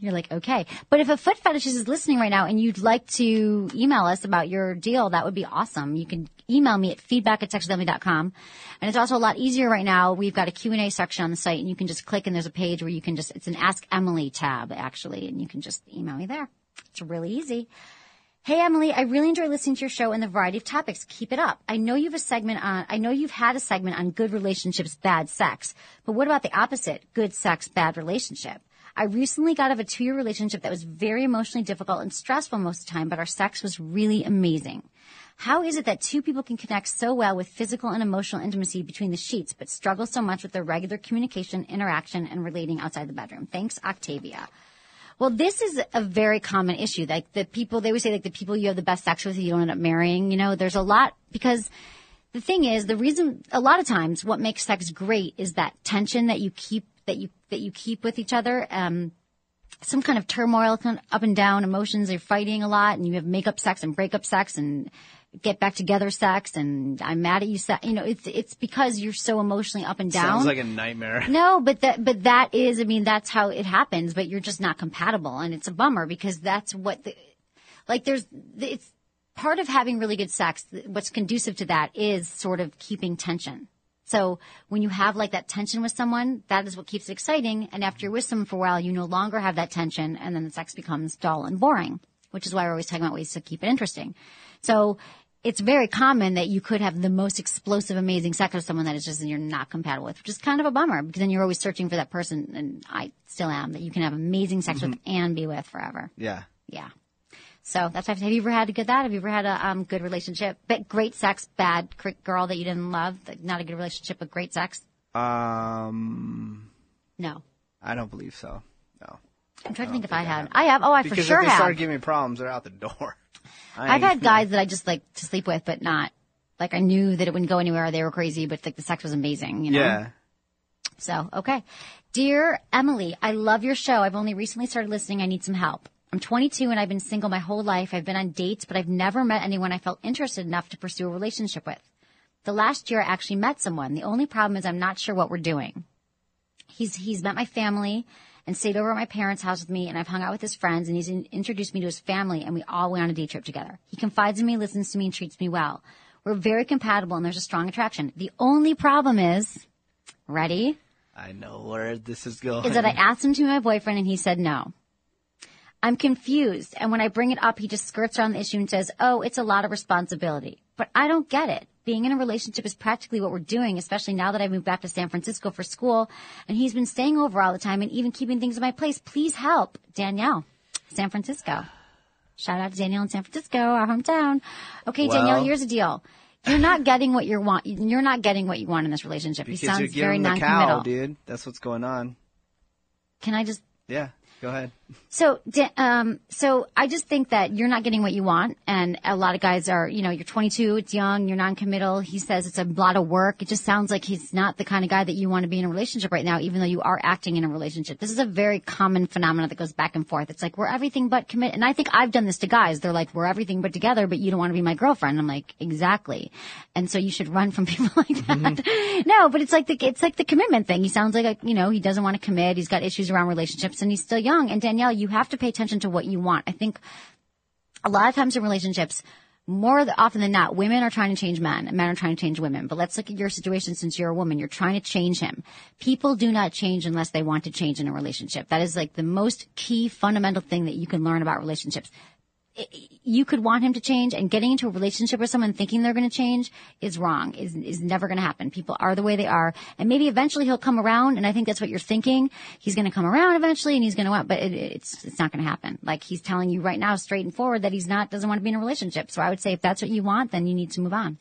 You're like, okay. But if a foot fetishist is listening right now and you'd like to email us about your deal, that would be awesome. You can email me at feedback at sexwithemily.com. And it's also a lot easier right now. We've got a Q&A section on the site and you can just click and there's a page where you can just, it's an Ask Emily tab actually, and you can just email me there. It's really easy. Hey Emily, I really enjoy listening to your show and the variety of topics. Keep it up. I know you've a segment on I know you've had a segment on good relationships, bad sex. But what about the opposite? Good sex, bad relationship. I recently got out of a two year relationship that was very emotionally difficult and stressful most of the time, but our sex was really amazing. How is it that two people can connect so well with physical and emotional intimacy between the sheets, but struggle so much with their regular communication, interaction, and relating outside the bedroom? Thanks, Octavia. Well, this is a very common issue. Like the people, they would say like the people you have the best sex with, you don't end up marrying. You know, there's a lot because the thing is, the reason a lot of times what makes sex great is that tension that you keep that you that you keep with each other. Um, some kind of turmoil, kind of up and down emotions. You're fighting a lot, and you have make-up sex and break-up sex and get back together sex. And I'm mad at you. Sex. You know, it's it's because you're so emotionally up and down. Sounds like *laughs* a nightmare. No, but that, but that is, I mean, that's how it happens, but you're just not compatible. And it's a bummer because that's what the, like there's, it's part of having really good sex. What's conducive to that is sort of keeping tension. So when you have like that tension with someone, that is what keeps it exciting. And after you're with someone for a while, you no longer have that tension and then the sex becomes dull and boring, which is why we're always talking about ways to keep it interesting. So it's very common that you could have the most explosive, amazing sex with someone that is just you're not compatible with, which is kind of a bummer because then you're always searching for that person, and I still am that you can have amazing sex with and be with forever. Yeah. Yeah. So that's why. Have you ever had a good that? Have you ever had a um, good relationship, but great sex, bad cr- girl that you didn't love, that- not a good relationship, but great sex? Um, No, I don't believe so. No. I'm trying to think if I had. I have. Oh, I because for sure if they have. start giving me problems, they're out the door. *laughs* I I've ain't- had guys that I just like to sleep with, but not like I knew that it wouldn't go anywhere. They were crazy, but like the sex was amazing. You know? Yeah. So, okay. Dear Emily, I love your show. I've only recently started listening. I need some help. I'm 22 and I've been single my whole life. I've been on dates, but I've never met anyone I felt interested enough to pursue a relationship with. The last year I actually met someone. The only problem is I'm not sure what we're doing. He's, he's met my family and stayed over at my parents' house with me and I've hung out with his friends and he's in, introduced me to his family and we all went on a day trip together. He confides in me, listens to me and treats me well. We're very compatible and there's a strong attraction. The only problem is, ready? I know where this is going. is that I asked him to be my boyfriend and he said no. I'm confused. And when I bring it up, he just skirts around the issue and says, Oh, it's a lot of responsibility. But I don't get it. Being in a relationship is practically what we're doing, especially now that I moved back to San Francisco for school and he's been staying over all the time and even keeping things in my place. Please help. Danielle, San Francisco. Shout out to Danielle in San Francisco, our hometown. Okay, Danielle, Well- here's the deal. You're not getting what you want. You're not getting what you want in this relationship. because he sounds you're very giving the non-committal. cow, dude. That's what's going on. Can I just Yeah. Go ahead. So, d- um, so I just think that you're not getting what you want, and a lot of guys are. You know, you're 22, it's young, you're non-committal. He says it's a lot of work. It just sounds like he's not the kind of guy that you want to be in a relationship right now, even though you are acting in a relationship. This is a very common phenomenon that goes back and forth. It's like we're everything but commit. And I think I've done this to guys. They're like, we're everything but together, but you don't want to be my girlfriend. I'm like, exactly. And so you should run from *laughs* people like that. no, but it's like the it's like the commitment thing. He sounds like, like you know he doesn't want to commit. He's got issues around relationships, and he's still young. And Danielle, you have to pay attention to what you want. I think a lot of times in relationships, more th- often than not, women are trying to change men and men are trying to change women. But let's look at your situation since you're a woman. You're trying to change him. People do not change unless they want to change in a relationship. That is like the most key fundamental thing that you can learn about relationships. I- You could want him to change and getting into a relationship with someone thinking they're going to change is wrong, is, is never going to happen. People are the way they are. And maybe eventually he'll come around. And I think that's what you're thinking. He's going to come around eventually and he's going to want, but it, it's, it's not going to happen. Like he's telling you right now, straight and forward that he's not, doesn't want to be in a relationship. So I would say if that's what you want, then you need to move on.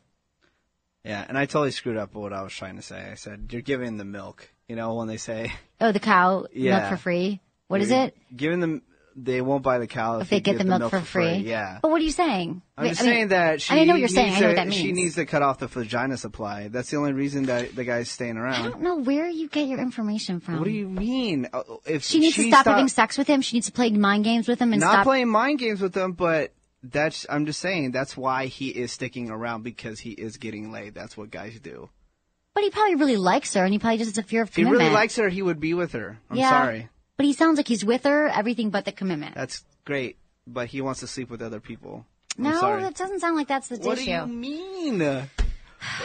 Yeah. And I totally screwed up what I was trying to say. I said you're giving the milk. You know when they say Oh, the cow milk Yeah. for free. What is it? Giving them, they won't buy the cow if, If they you get the milk, for free. Yeah. But what are you saying? I'm Wait, just I mean- saying that she I know what you're saying. needs I know to- what that She means. needs to cut off the vagina supply. That's the only reason that the guy's staying I around. don't know where you get your information from. What do you mean? Uh, If she needs to stop stopped- having sex with him. She needs to play mind games with him and not stop. playing mind games with them, but that's I'm just saying that's why he is sticking around because he is getting laid. That's what guys do. but he probably really likes her, and he probably just has a fear of If he commitment. really likes her, he would be with her. I'm Yeah. sorry. But he sounds like he's with her, everything but the commitment. That's great, but he wants to sleep with other people. I'm no, sorry. that doesn't sound like that's the What do issue. you mean?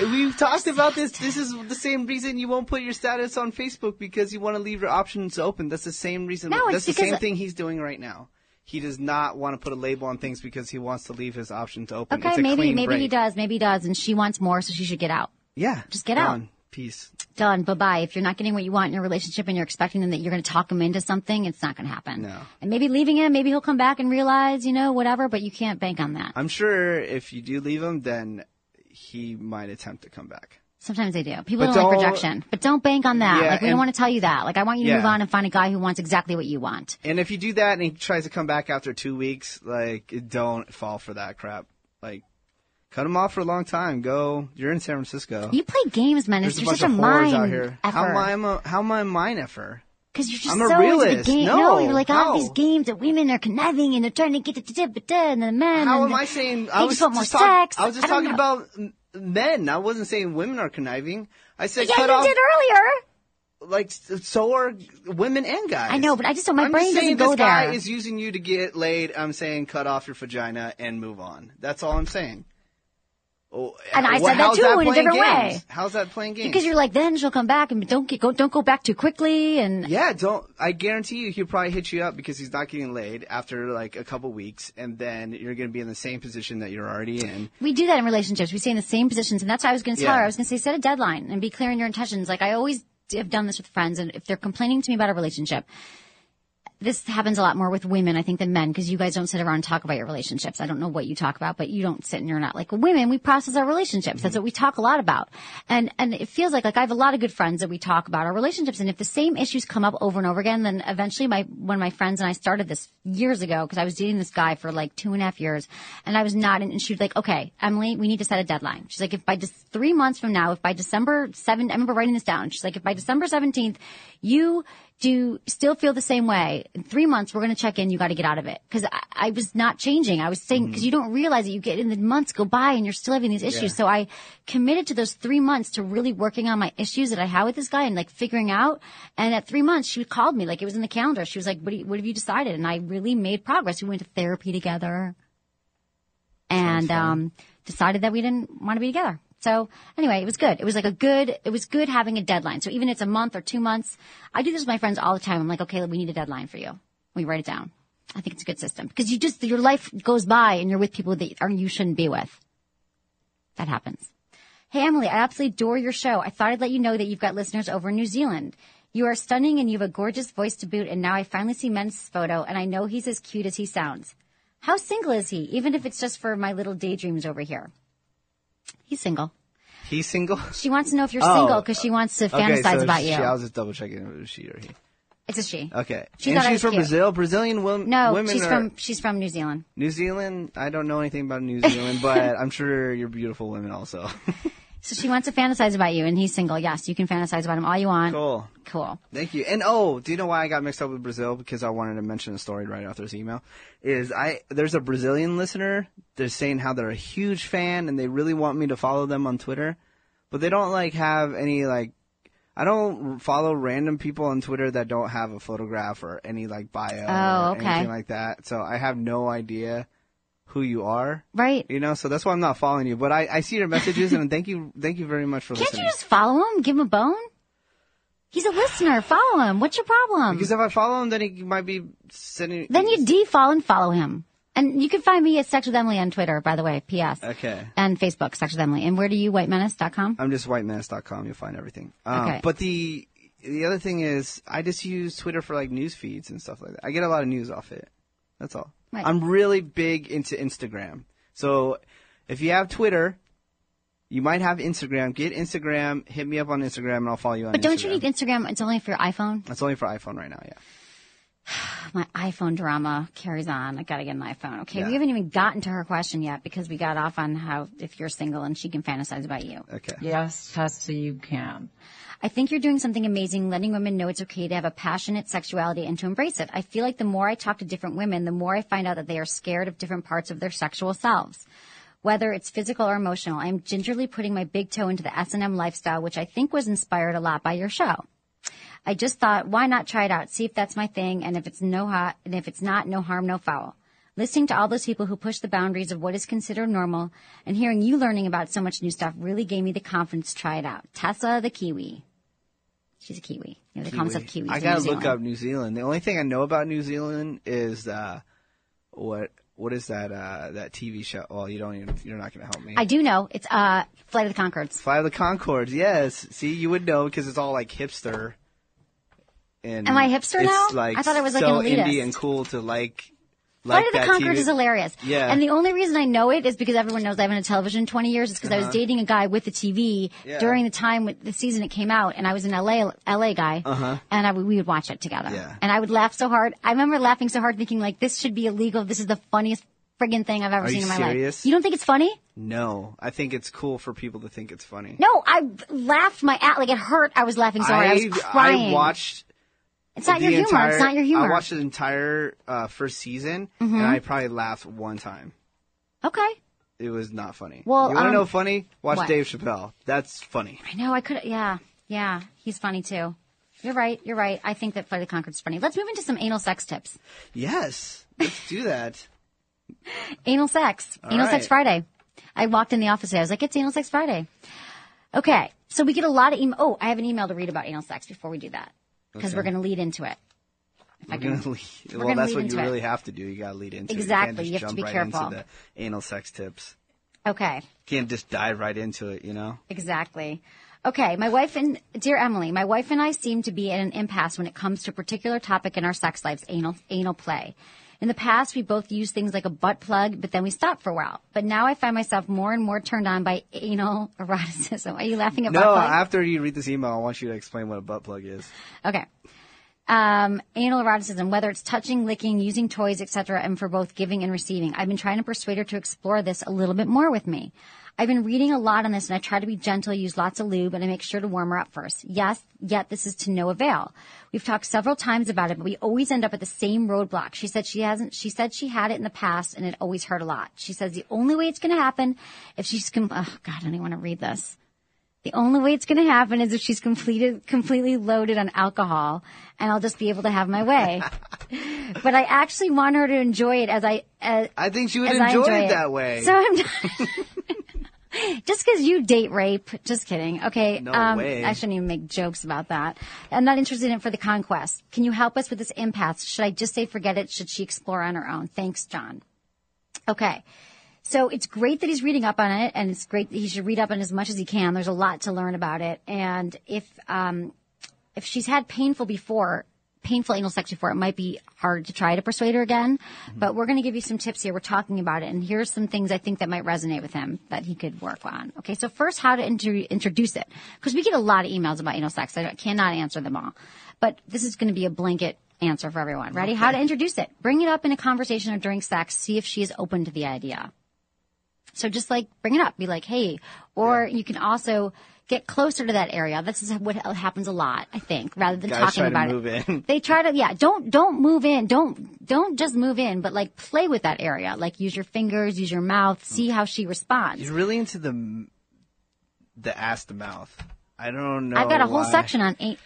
We've talked about this. This is the same reason you won't put your status on Facebook because you want to leave your options open. That's the same reason. No, it's That's the same because- thing he's doing right now. He does not want to put a label on things because he wants to leave his options open. It's Okay, a maybe clean maybe he break. does, maybe he does, and she wants more, so she should get out. Yeah, Just get done. out. Peace. Done. Bye bye. If you're not getting what you want in your relationship and you're expecting them that you're going to talk them into something, it's not going to happen. No. And maybe leaving him, maybe he'll come back and realize, you know, whatever. But you can't bank on that. I'm sure if you do leave him, then he might attempt to come back. Sometimes they do. People But don't, like don't- rejection, but don't bank on that. Yeah, like we don't and- want to tell you that. Like I want you to Yeah. move on and find a guy who wants exactly what you want. And if you do that and he tries to come back after two weeks, like don't fall for that crap. Like cut him off for a long time. Go. You're in San Francisco. You play games, man. It's There's a you're bunch such a of whores mind out here. How am I? effer. I'm a- How am I a mind effer? Because you're just I'm a so into the realist. game. No, you're like all how? these games that women are conniving and they're trying to get it to but and the men. How and am I the- saying? they I was just want more just, talk- sex. I was just don't talking know. about m- men. I wasn't saying women are conniving. I said Yeah, cut you off. did earlier. Like so are women and guys. I know, but I just don't. My I'm brain just saying doesn't go this there. guy is using you to get laid. I'm saying cut off your vagina and move on. That's all I'm saying. Oh, And I wha- said that how's too, in a playing different way. games? How's that playing games? because you're like, then she'll come back and don't get, go, don't go back too quickly. And yeah, don't. I guarantee you, he'll probably hit you up because he's not getting laid after like a couple weeks, and then you're going to be in the same position that you're already in. we do that in relationships. We stay in the same positions, and that's what I was going to tell Yeah. her. I was going to say, set a deadline and be clear in your intentions. Like I always have done this with friends, and if they're complaining to me about a relationship, this happens a lot more with women, I think, than men because you guys don't sit around and talk about your relationships. I don't know what you talk about, but you don't sit and you're not like women. We process our relationships. That's what we talk a lot about. And, and it feels like, like I have a lot of good friends that we talk about our relationships. And if the same issues come up over and over again, then eventually my, one of my friends and I started this years ago because I was dating this guy for like two and a half years and I was not, in- and she was like, okay, Emily, we need to set a deadline. She's like, if by just three months from now, if by December 7th, I remember writing this down. She's like, if by December 17th, you do still feel the same way. In three months, we're going to check in. You got to get out of it. Cause I, I was not changing. I was saying, cause you don't realize that you get in the months go by and you're still having these issues. So I committed to those three months to really working on my issues that I had with this guy and like figuring out. And at three months, she called me like it was in the calendar. She was like, what, do you, what have you decided? And I really made progress. We went to therapy together and, um, decided that we didn't want to be together. So anyway, it was good. It was like a good, it was good having a deadline. So even if it's a month or two months, I do this with my friends all the time. I'm like, okay, we need a deadline for you. We write it down. I think it's a good system because you just, your life goes by and you're with people that are, you shouldn't be with. That happens. Hey, Emily, I absolutely adore your show. I thought I'd let you know that you've got listeners over in New Zealand. You are stunning and you have a gorgeous voice to boot. And now I finally see Men's photo and I know he's as cute as he sounds. How single is he? Even if it's just for my little daydreams over here. He's single. He's single. She wants to know if you're Oh. single because she wants to *laughs* fantasize so about she- you. I was just double checking if it was she or he. It's a she. Okay. She and thought I she's was from cute. Brazil. Brazilian women. No, women she's are, from she's from New Zealand. New Zealand. I don't know anything about New Zealand, *laughs* but I'm sure you're beautiful women also. So she wants to fantasize about you, and he's single. Yes, you can fantasize about him all you want. cool. Cool. Thank you. And oh, do you know why I got mixed up with Brazil? Because I wanted to mention a story right after this email. Is I there's a Brazilian listener. They're saying how they're a huge fan and they really want me to follow them on Twitter, but they don't like have any like. I don't follow random people on Twitter that don't have a photograph or any like bio Oh, or okay. anything like that. So I have no idea who you are. Right? You know, so that's why I'm not following you. But I, I see your messages and thank you, thank you very much for Can't listening. you just follow him? Give him a bone? He's a listener. Follow him. What's your problem? Because if I follow him, then he might be sending. then you default and follow him. And you can find me at Sex with Emily on Twitter, by the way, P.S. Okay. And Facebook, Sex with Emily. And where do you, whitemenace.com? I'm just whitemenace.com. You'll find everything. Um, Okay. But the the other thing is, I just use Twitter for like news feeds and stuff like that. I get a lot of news off it. That's all. Right. I'm really big into Instagram. So if you have Twitter, you might have Instagram. Get Instagram. Hit me up on Instagram, and I'll follow you on. But don't you Instagram. need Instagram? It's only for your iPhone. *sighs* That's only for iPhone right now. Yeah. My iPhone drama carries on. I gotta get an iPhone. Okay, Yeah. we haven't even gotten to her question yet because we got off on how if you're single and she can fantasize about you. Okay. Yes, Tessie, you can. I think you're doing something amazing, letting women know it's okay to have a passionate sexuality and to embrace it. I feel like the more I talk to different women, the more I find out that they are scared of different parts of their sexual selves. Whether it's physical or emotional, I am gingerly putting my big toe into the S&M lifestyle, which I think was inspired a lot by your show. I just thought, why not try it out? See if that's my thing, and if it's no hot, and if it's not, no harm, no foul. Listening to all those people who push the boundaries of what is considered normal, and hearing you learning about so much new stuff really gave me the confidence to try it out. Tessa the Kiwi, she's a Kiwi. You know the concept of Kiwis. I in gotta New look Zealand. up New Zealand. The only thing I know about New Zealand is uh, what what is that uh, that TV show? Well, you don't even, you're not going to help me. I do know. It's uh, Flight of the Concords. Flight of the Concords, yes. See, you would know because it's all like hipster. And Am I hipster it's now? Like I thought I was, like, so an elitist. indie and cool to like. Flight like of the that Concord TV is hilarious. Yeah. And the only reason I know it is because everyone knows I've been on television 20 years. It's because I Uh-huh. was dating a guy with the TV Yeah. during the time with the season it came out, and I was an LA LA guy, Uh-huh. and I would we would watch it together. Yeah. And I would laugh so hard. I remember laughing so hard, thinking like, this should be illegal. This is the funniest friggin' thing I've ever Are seen you in my life. serious? You don't think it's funny? No, I think it's cool for people to think it's funny. No, I laughed my at like it hurt. I was laughing so hard. I, I, was crying. I watched. It's not the your humor. Entire, It's not your humor. I watched the entire uh, first season, Mhm. and I probably laughed one time. okay. It was not funny. Well, you want to um, know funny? Watch what? Dave Chappelle. That's funny. I know. I could. Yeah. Yeah. He's funny too. You're right. You're right. I think that Flight of the Conchords is funny. Let's move into some anal sex tips. Yes, let's do that. Anal sex. All anal right. sex Friday. I walked in the office today. I was like, it's anal sex Friday. Okay. So we get a lot of email. Oh, I have an email to read about anal sex before we do that because Okay. we're going to lead into it. If I We're can- gonna lead. we're well, gonna that's lead what into you it. really have to do. You gotta lead into Exactly, it. you You have can't to just jump be right careful. into the anal sex tips. Okay. Can't just dive right into it, you know? Exactly. Okay, my wife and dear Emily, my wife and I seem to be at an impasse when it comes to a particular topic in our sex lives, anal anal play. In the past, we both used things like a butt plug, but then we stopped for a while. But now I find myself more and more turned on by anal eroticism. Are you laughing at No, butt plug? after you read this email, I want you to explain what a butt plug is. Okay. Um, anal eroticism, whether it's touching, licking, using toys, etc., and for both giving and receiving. I've been trying to persuade her to explore this a little bit more with me. I've been reading a lot on this and I try to be gentle, use lots of lube, and I make sure to warm her up first. Yes, yet this is to no avail. We've talked several times about it, but we always end up at the same roadblock. She said she hasn't, she said she had it in the past and it always hurt a lot. She says the only way it's going to happen if she's, com- oh God, I don't even want to read this. The only way it's going to happen is if she's completed, completely loaded on alcohol and I'll just be able to have my way. but I actually want her to enjoy it as I, as, I think she would as I enjoy, enjoy it that way. So I'm not. *laughs* Just because you date rape, just kidding. Okay, No um, way. I shouldn't even make jokes about that. I'm not interested in it for the conquest. Can you help us with this impasse? Should I just say forget it? Should she explore on her own? Thanks, John. Okay. So it's great that he's reading up on it, and it's great that he should read up on it as much as he can. There's a lot to learn about it, and if um, if she's had painful before, painful anal sex before, it might be hard to try to persuade her again. But we're going to give you some tips here. We're talking about it, and here's some things I think that might resonate with him that he could work on. Okay, so first, how to inter- introduce it, because we get a lot of emails about anal sex. I don't- cannot answer them all, but this is going to be a blanket answer for everyone. Ready? How to introduce it? Bring it up in a conversation or during sex. See if she is open to the idea. So just like bring it up, be like, hey, or you can also get closer to that area. This is what happens a lot, I think, rather than Guys talking try about to it. move in. *laughs* They try to, yeah, don't, don't move in. Don't, don't just move in, but like play with that area. Like use your fingers, use your mouth, see how she responds. He's really into the m- the ass to mouth. I don't know. I've got a whole why. section on a-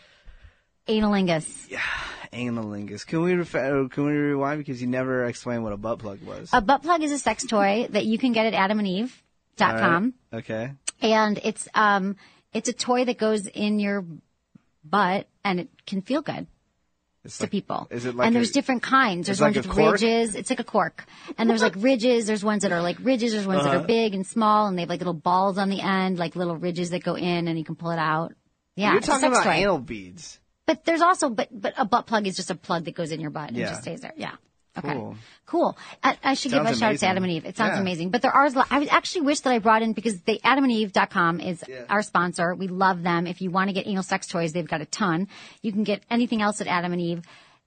analingus. Analingus. Can we ref- uh, can we rewind because you never explained what a butt plug was? A butt plug is a sex toy that you can get at All right. adamandeve.com. Okay. and it's um it's a toy that goes in your butt and it can feel good It's to like- people. is it like and a- there's different kinds. There's it's like ones a with cork? ridges. It's like a cork. And *laughs* there's like ridges. There's ones that are like ridges. There's ones Uh-huh. that are big and small, and they have like little balls on the end, like little ridges that go in, and you can pull it out. Yeah, You're it's a talking sex about toy. anal beads. But there's also, but but a butt plug is just a plug that goes in your butt and Yeah. just stays there. Yeah. Okay. Cool. Cool. I, I should give a Sounds shout out to amazing. Adam and Eve. It sounds Yeah. amazing. But there are, I actually wish that I brought in because the adamandeve.com is our sponsor. We love them. If you want to get anal sex toys, they've got a ton. You can get anything else at Adam and Eve.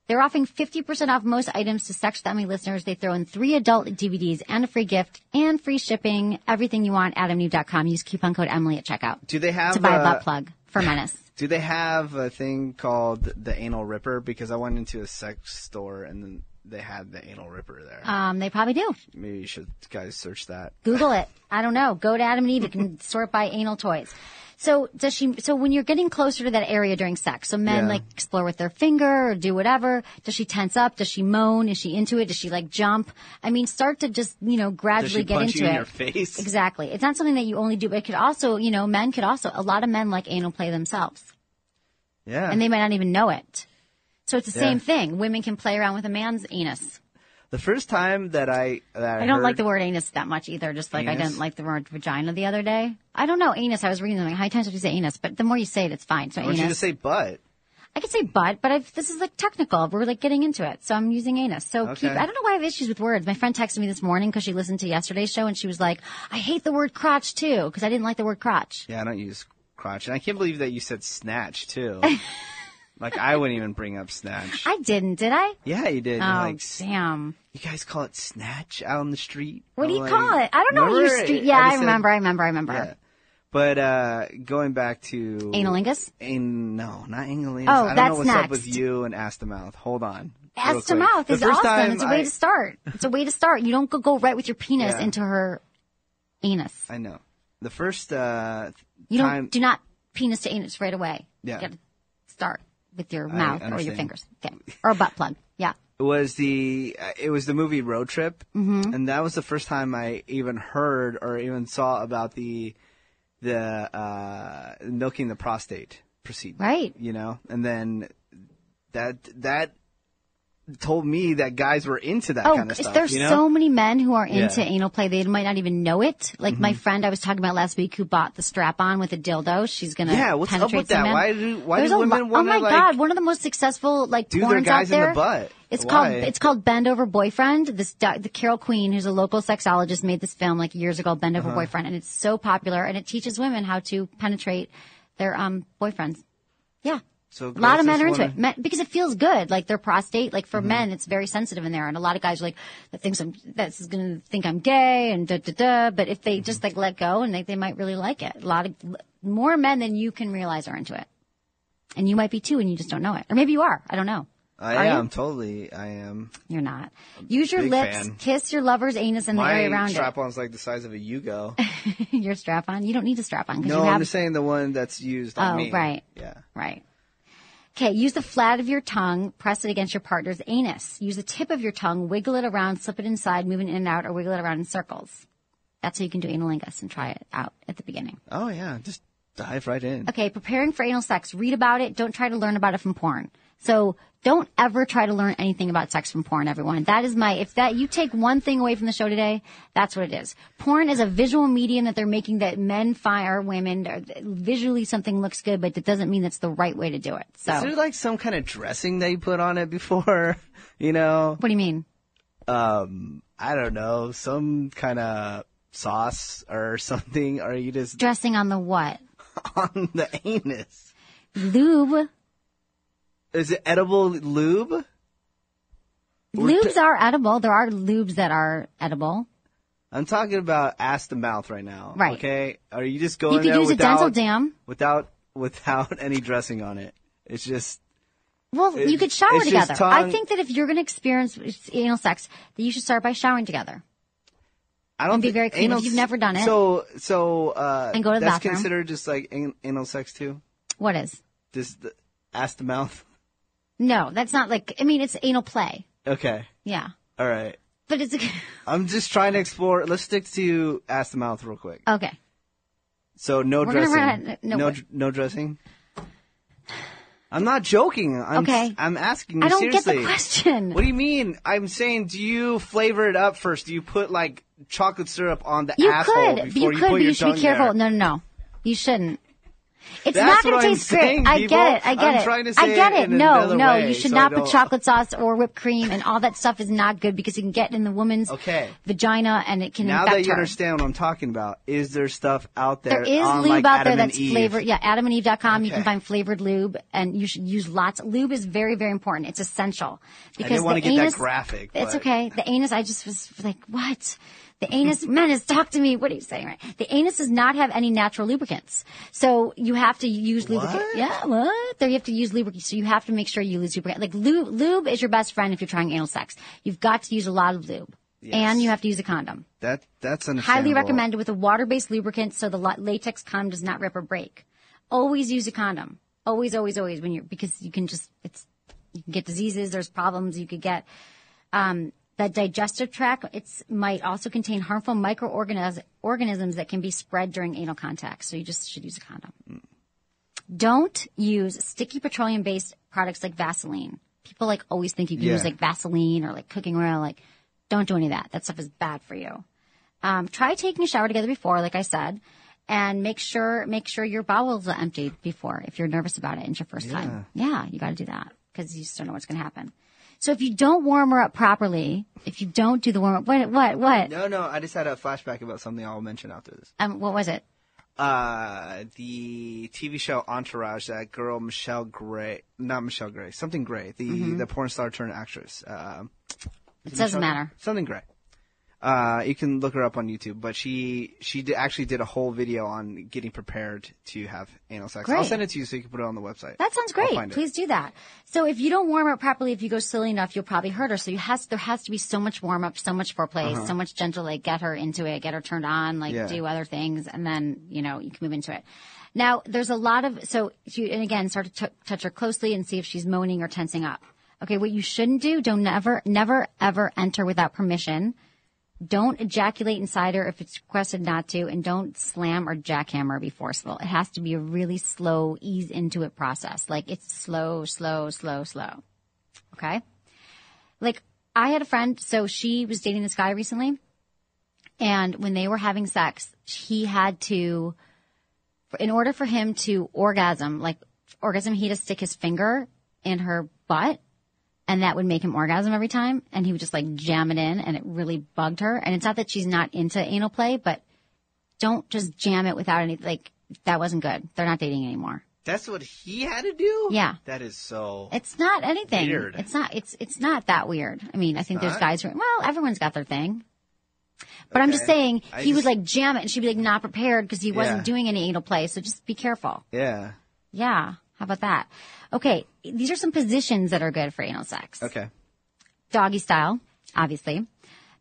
They're offering 50% off most items to Sex with Emily listeners. They throw in three adult DVDs and a free gift and free shipping. Everything you want, adamandeve.com. Use coupon code Emily at checkout Do they have to buy a uh, butt plug for Menace. Do they have a thing called the anal ripper? Because I went into a sex store and then they had the anal ripper there. Um, they probably do. Maybe you should guys search that. Google it. I don't know. Go to Adam and Eve. You can *laughs* sort by anal toys. So does she? So when you're getting closer to that area during sex, so men Yeah. like explore with their finger or do whatever. Does she tense up? Does she moan? Is she into it? Does she like jump? I mean, start to just you know Does gradually she get punch into you in it. your face? Exactly. It's not something that you only do, but it could also you know men could also a lot of men like anal play themselves, *laughs* Yeah. and they might not even know it. So it's the Yeah. same thing. Women can play around with a man's anus. The first time that I that I, I don't heard- like the word anus that much either. Just like I Anus? didn't like the word vagina the other day. I don't know anus. I was reading something. How many times have you say anus? But the more you say it, it's fine. So I want you to anus. say butt. I could say butt, but I've, this is like technical. We're like getting into it. So I'm using anus. So Okay. keep, I don't know why I have issues with words. My friend texted me this morning because she listened to yesterday's show and she was like, I hate the word crotch too because I didn't like the word crotch. Yeah, I don't use crotch, and I can't believe that you said *laughs* snatch too. like I wouldn't even bring up snatch. I didn't, did I? Yeah, you did. You're Oh, like, "S- damn. you guys call it snatch out on the street. What do I'm you like, call it? I don't know what remember? your street. Yeah, I said- remember. I remember. I remember. Yeah. But uh, going back to Analingus? An- no, not analingus. Oh, I don't know that's what's up with next. you and ass to mouth. Hold on. real Ass to quick. mouth The is first awesome. time It's a way I- to start. It's a way to start. You don't go, go right with your penis Yeah. into her anus. I know. The first uh, You don't time. do not penis to anus right away. Yeah. You gotta start with your I mouth or your understand. fingers. Okay. Or a butt plug. Yeah. was the uh, it was the movie Road Trip, Mhm. and that was the first time I even heard or even saw about the the uh, milking the prostate procedure. Right. You know, and then that that told me that guys were into that oh, kind gosh, of stuff. there's you know? so many men who are Yeah. Mm-hmm. into anal play. They might not even know it. Like my friend I was talking about last week who bought the strap on with a dildo. She's gonna Yeah, what's up penetrate with that? some men. Why do- why There's do a women lo- wanna, Oh my like, god! One of the most successful like do their porns out guys in the there. butt? It's Why? called it's called Bend Over Boyfriend. This doc- the Carol Queen, who's a local sexologist, made this film like years ago, Bend Over Uh-huh. Boyfriend, and it's so popular. And it teaches women how to penetrate their um boyfriends. Yeah. So A lot girls of men just are into wanna- it men, because it feels good. Like their prostate, like for Mm-hmm. men, it's very sensitive in there, and a lot of guys are like that thinks I'm that's gonna think I'm gay and da da da. But if Mm-hmm. they just like let go and they, they might really like it. A lot of more men than you can realize are into it, and you might be too, and you just don't know it, or maybe you are. I don't know. I Are you? am totally. I am. You're not. Use your big lips, fan. kiss your lover's anus and the My area around strap on's like the size of *laughs* a Yugo. it. *laughs* your strap on. You don't need to strap on because no, you have I'm just saying the one that's used on Oh, me. right. Yeah. Right. Okay, use the flat of your tongue, press it against your partner's anus. Use the tip of your tongue, wiggle it around, slip it inside, move it in and out, or wiggle it around in circles. That's how you can do analingus and try it out at the beginning. Oh yeah, just dive right in. Okay, preparing for anal sex. Read about it. Don't try to learn about it from porn. So don't ever try to learn anything about sex from porn, everyone. That is my, if that, you take one thing away from the show today, that's what it is. Porn is a visual medium that they're making that men fire women, or visually something looks good, but it doesn't mean that's the right way to do it. So, Is there like some kind of dressing they put on it before? *laughs* You know, what do you mean? um, I don't know, some kind of sauce or *laughs* something, or you just *laughs* Dressing on the what? on the anus. Lube. Is it edible lube? Lubes are edible. There are lubes that are edible. I'm talking about ass to mouth right now. Right. Okay. Are you just going You could there use a without, dental dam. without without *laughs* any dressing on it? It's just Well, It's- you could shower it's just together. I tongue- think that if you're going to experience anal sex, that you should start by showering together. I don't And be think very clean if anal you've s- never done it. So so uh, And go to the that's bathroom. considered just like an- anal sex too. What is? Just the ass to mouth. *laughs* No, that's not like. I mean, it's anal play. Okay. Yeah, All right. but it's *laughs* I'm just trying to explore. Let's stick to ass to mouth real quick. okay. So no We're gonna dressing. run out- no, no, what? dr- no dressing. I'm not joking. I'm, Okay. I'm asking you I don't seriously. get the question. What do you mean? I'm saying, do you flavor it up first? Do you put like chocolate syrup on the You could, asshole but before you you, could, put but your you should tongue be careful. there? No, no, no, you shouldn't. It's not That's going what to I'm taste saying, great. I people. get it. I get I'm it. trying to I say get it it. in no, another no, way, you should so I not put don't- chocolate sauce or whipped cream and all that stuff is not good because it can get in the woman's Okay. vagina and it can Now infect that you her. understand what I'm talking about, is there stuff out there? There is on, lube like, out there Adam and that's Eve? flavored. Yeah, adamandeve.com. You can Okay. find flavored lube, and you should use lots. Lube is very, very important. It's essential because wanna the get that anus, graphic, It's but- okay. The anus. I just was like, what? The anus, menace, talk to me. What are you saying? Right? The anus does not have any natural lubricants, so you have to use lubricant. What? Yeah, what? There you have to use lubricant, so you have to make sure you use lubricant. Like lube, lube is your best friend if you're trying anal sex. You've got to use a lot of lube, and you have to use a condom. That that's understandable. Highly recommended with a water-based lubricant so the la- latex condom does not rip or break. Always use a condom. Always, always, always when you're because you can just it's you can get diseases. There's problems you could get. Um, the digestive tract it's might also contain harmful microorganisms organisms that can be spread during anal contact. So you just should use a condom. Don't use sticky petroleum-based products like Vaseline. People like always think you can Yeah. use like Vaseline or like cooking oil. Like Don't do any of that. That stuff is bad for you. Um, try taking a shower together before, like I said, and make sure make sure your bowels are emptied before if you're nervous about it. It's your first time. Yeah, you got to do that because you just don't know what's going to happen. So if you don't warm her up properly, if you don't do the warm up, what what what? No, no, I just had a flashback about something I'll mention after this. Um, what was it? Uh, the TV show Entourage, that girl Michelle Gray, not Michelle Gray, something Gray, the Mhm. the porn star turned actress. Um, It doesn't matter. Something Gray. Uh, you can look her up on YouTube, but she she did, actually did a whole video on getting prepared to have anal sex. I'll Great. send it to you so you can put it on the website. That sounds I'll great. find it. Please do that. So if you don't warm up properly, if you go silly enough, you'll probably hurt her. So you has there has to be so much warm up, so much foreplay, Uh-huh. so much gentle, like get her into it, get her turned on, like Yeah. do other things, and then you know you can move into it. Now there's a lot of so you and again start to t- touch her closely and see if she's moaning or tensing up. Okay, what you shouldn't do, don't never, never, ever enter without permission. Don't ejaculate inside her if it's requested not to, and don't slam or jackhammer be forceful. It has to be a really slow ease into it process. Like it's slow, slow, slow, slow. Okay? Like I had a friend, so she was dating this guy recently, and when they were having sex, he had to, in order for him to orgasm, like orgasm, he had to stick his finger in her butt and that would make him orgasm every time and he would just like jam it in and it really bugged her and it's not that she's not into anal play but don't just jam it without any like that wasn't good they're not dating anymore That's what he had to do. Yeah. That is so. it's not anything Weird. it's not it's it's not that weird i mean i think there's not? guys who well everyone's got their thing but i'm just Okay. saying I he would just- like jam it and she'd be like not prepared because he wasn't Yeah. doing any anal play so just be careful Yeah. yeah how about that okay these are some positions that are good for anal sex Okay. doggy style, obviously.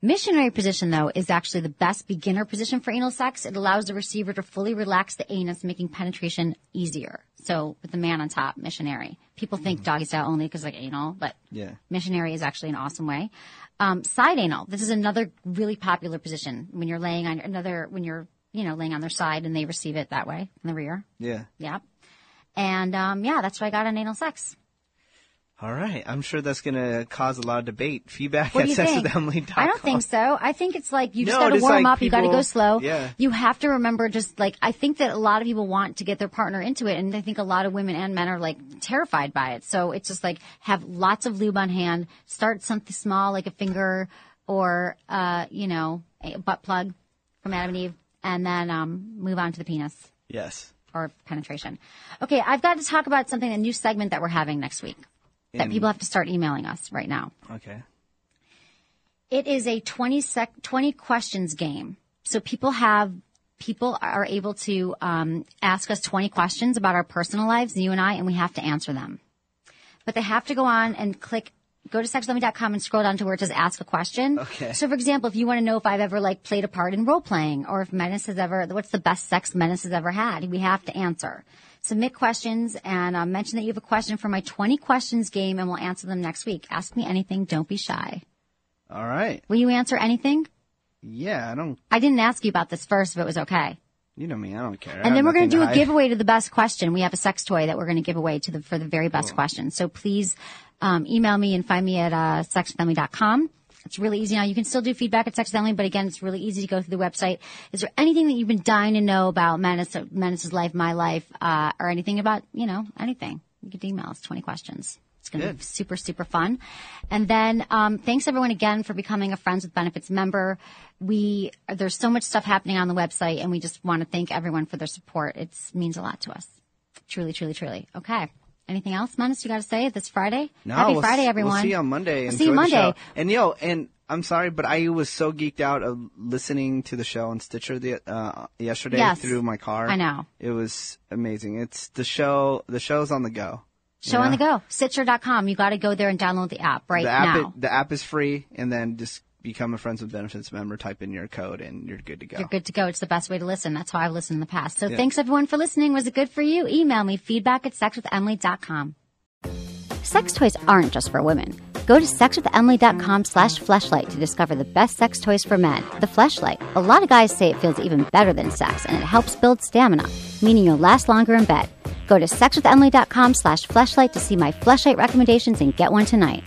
Missionary position, though, is actually the best beginner position for anal sex. It allows the receiver to fully relax the anus, making penetration easier. So, with the man on top, missionary. People think doggy style only because like anal, but Yeah. missionary is actually an awesome way. Um, side anal. This is another really popular position when you're laying on another when you're you know laying on their side and they receive it that way in the rear. Yeah. Yep. And um, yeah, that's what I got on anal sex. All right. I'm sure that's going to cause a lot of debate. Feedback What at do you think? sexwithemily.com. I don't think so. I think it's like you just No, got to just warm like up. you got to people- go slow. yeah. You have to remember just like I think that a lot of people want to get their partner into it, and I think a lot of women and men are like terrified by it. So it's just like have lots of lube on hand. Start something small like a finger or uh, you know a butt plug from Adam and Eve, and then um, move on to the penis Yes. or penetration. Okay, I've got to talk about something a new segment that we're having next week that In- people have to start emailing us right now. Okay. It is a 20 sec 20 questions game. So people have people are able to um, ask us 20 questions about our personal lives, you and I, and we have to answer them. But they have to go on and click go to sexlovey.com and scroll down to where it says ask a question. Okay. So for example, if you want to know if I've ever like played a part in role playing or if Menace has ever what's the best sex Menace has ever had, we have to answer. Submit questions and uh, mention that you have a question for my 20 questions game and we'll answer them next week. Ask me anything, don't be shy. All right. Will you answer anything? Yeah. I don't, I didn't ask you about this first, if it was okay. you know me. I don't care. I and have then we're going to nothing do a hide. giveaway to the best question. We have a sex toy that we're going to give away to the for the very Oh. best question. So please um, email me and find me at uh, sexwithemily.com. It's really easy now. You can still do feedback at Sex with Emily, but again, it's really easy to go through the website. Is there anything that you've been dying to know about Menace, Menace's life, my life, uh, or anything about, you know, anything? You can email us 20 questions. It's going to be Good. super, super fun. And then, um, thanks everyone again for becoming a Friends with Benefits member. We, there's so much stuff happening on the website and we just want to thank everyone for their support. It means a lot to us. Truly, truly, truly. Okay. Anything else, Menace, you got to say this Friday? No, Happy we'll s- Friday, everyone. We'll see you on Monday. We'll Enjoy see you the Monday. show. And yo, and I'm sorry, but I was so geeked out of listening to the show on Stitcher the, uh, yesterday Yes. through my car. I know. It was amazing. It's the show. The show's on the go. Show Yeah. on the go. Stitcher.com. You got to go there and download the app right the app, now. the app is free, and then just become a Friends with Benefits member. Type in your code, and you're good to go. You're good to go. It's the best way to listen. That's how I've listened in the past. So Yeah. thanks everyone for listening. Was it good for you? Email me feedback at sexwithemily.com. Sex toys aren't just for women. Go to sexwithemily.com slash fleshlight to discover the best sex toys for men, the fleshlight. A lot of guys say it feels even better than sex, and it helps build stamina, meaning you'll last longer in bed. Go to sexwithemily.com slash fleshlight to see my fleshlight recommendations and get one tonight.